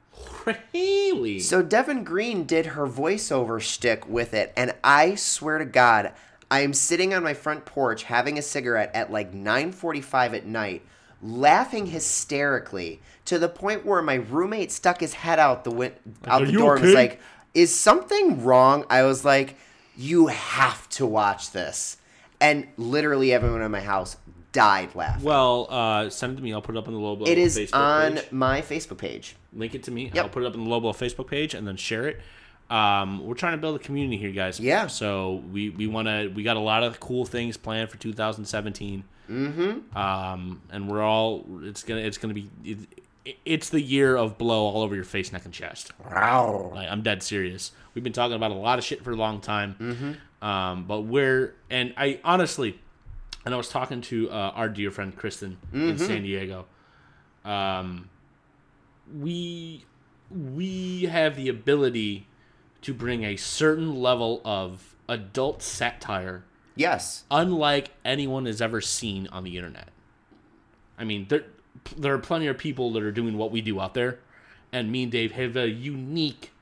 C: Really?
D: So Devin Green did her voiceover shtick with it, and I swear to God, I am sitting on my front porch having a cigarette at like 9:45 at night, laughing hysterically to the point where my roommate stuck his head out the win- out
C: "Are
D: the
C: you
D: door and was
C: okay?"
D: like, "Is something wrong?" I was like, "You have to watch this," and literally everyone in my house died laughing.
C: Well, uh, send it to me. I'll put it up on the Loblo
D: it is
C: Facebook
D: on
C: page.
D: my Facebook page.
C: Link it to me.
D: Yep.
C: I'll put it up on the Loblo Facebook page and then share it. Um, we're trying to build a community here, guys.
D: Yeah.
C: So we we want to we got a lot of cool things planned for 2017. Mm-hmm. Um, and we're all it's gonna it's gonna be it, it- it's the year of blow all over your face, neck, and chest. Like, I'm dead serious. We've been talking about a lot of shit for a long time. Mm-hmm. Um, but we're and I honestly, and I was talking to uh, our dear friend Kristen in San Diego. Um, we we have the ability to bring a certain level of adult satire
D: Yes.
C: unlike anyone has ever seen on the internet. I mean, there there are plenty of people that are doing what we do out there, and me and Dave have a unique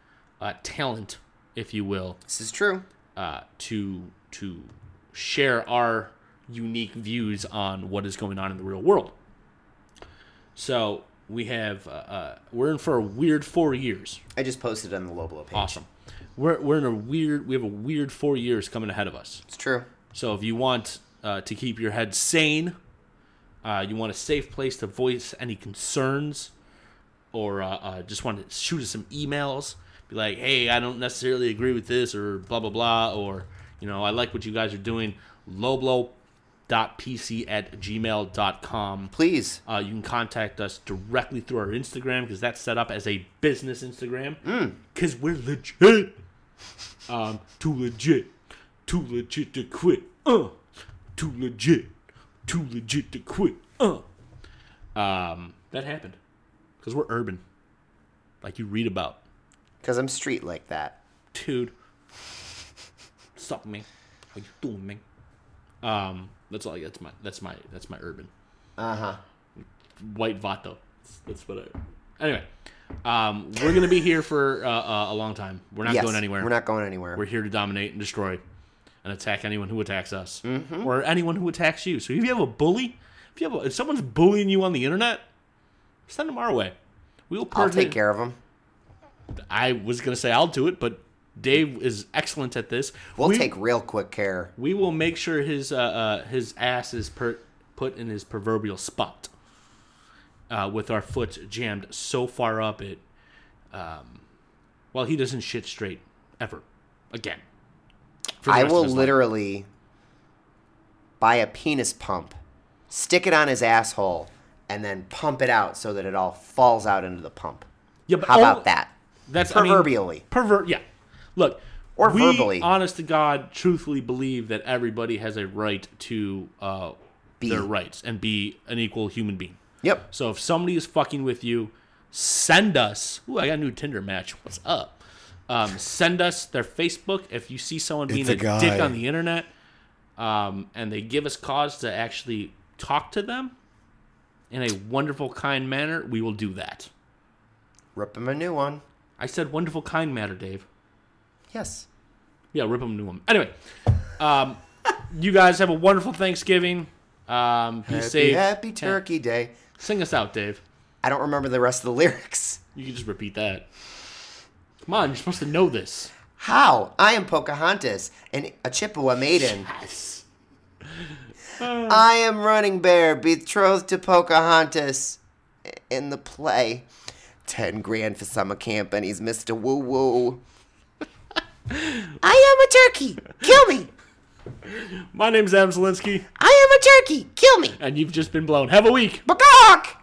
C: uh, talent, if you will,
D: This is true.
C: uh, to to share our unique views on what is going on in the real world. So we have uh, uh, we're in for a weird four years.
D: I just posted it on the Loblo page.
C: Awesome. We're, we're in a weird we have a weird four years coming ahead of us.
D: It's true.
C: So if you want uh, to keep your head sane, uh, you want a safe place to voice any concerns, or uh, uh, just want to shoot us some emails, be like, hey, I don't necessarily agree with this, or blah, blah, blah, or, you know, I like what you guys are doing, loblo.pc at gmail.com.
D: Please.
C: Uh, you can contact us directly through our Instagram because that's set up as a business Instagram. Because we're legit. Um, too legit. Too legit to quit. Uh, too legit. Too legit to quit. Uh. Um, that happened. Because we're urban. Like you read about.
D: Because I'm street like that.
C: Dude. Stop me. How you doing, man? Um, that's all. That's my. That's my. That's my urban.
D: Uh huh.
C: white vato. That's what I. Anyway, um, we're gonna be here for uh, uh, a long time. We're not
D: Yes.
C: going anywhere.
D: We're not going anywhere.
C: We're here to dominate and destroy, and attack anyone who attacks us
D: Mm-hmm.
C: or anyone who attacks you. So if you have a bully, if you have a, if someone's bullying you on the internet, send them our way. We will
D: I'll
C: purge
D: take
C: it.
D: care of them.
C: I was gonna say I'll do it, but Dave is excellent at this.
D: We'll
C: We-
D: take real quick care.
C: We will make sure his uh, uh, his ass is per- put in his proverbial spot, uh, with our foot jammed so far up it, um, well he doesn't shit straight ever again. For the
D: I
C: rest of
D: will
C: his life.
D: literally buy a penis pump, stick it on his asshole, and then pump it out so that it all falls out into the pump.
C: Yeah, but
D: How
C: all-
D: about that?
C: That's I
D: Proverbially.
C: mean, pervert. Yeah, look.
D: Or
C: we,
D: verbally.
C: Honest to God, truthfully believe that everybody has a right to uh,
D: Be.
C: their rights and be an equal human being.
D: Yep.
C: So if somebody is fucking with you, send us. Ooh, I got a new Tinder match. What's up? Um, send us their Facebook if you see someone being
D: It's
C: a,
D: a guy.
C: dick on the internet, um, and they give us cause to actually talk to them in a wonderful, kind manner. We will do that.
D: Rip him a new one.
C: I said wonderful, kind manner, Dave.
D: Yes.
C: Yeah, rip them, new them. Anyway, um, you guys have a wonderful Thanksgiving. Um, be
D: Happy,
C: safe.
D: happy
C: Yeah.
D: Turkey Day.
C: Sing us out, Dave.
D: I don't remember the rest of the lyrics.
C: You can just repeat that. Come on, you're supposed to know this.
D: How? I am Pocahontas, and a Chippewa maiden.
C: Yes.
D: I am Running Bear, betrothed to Pocahontas in the play. Ten grand for summer camp, and he's Mr. Woo Woo. I am a turkey. Kill me.
C: My name's Adam Zelinsky,
D: I am a turkey. Kill me.
C: and you've just been blown. Have a week.
D: Macaque.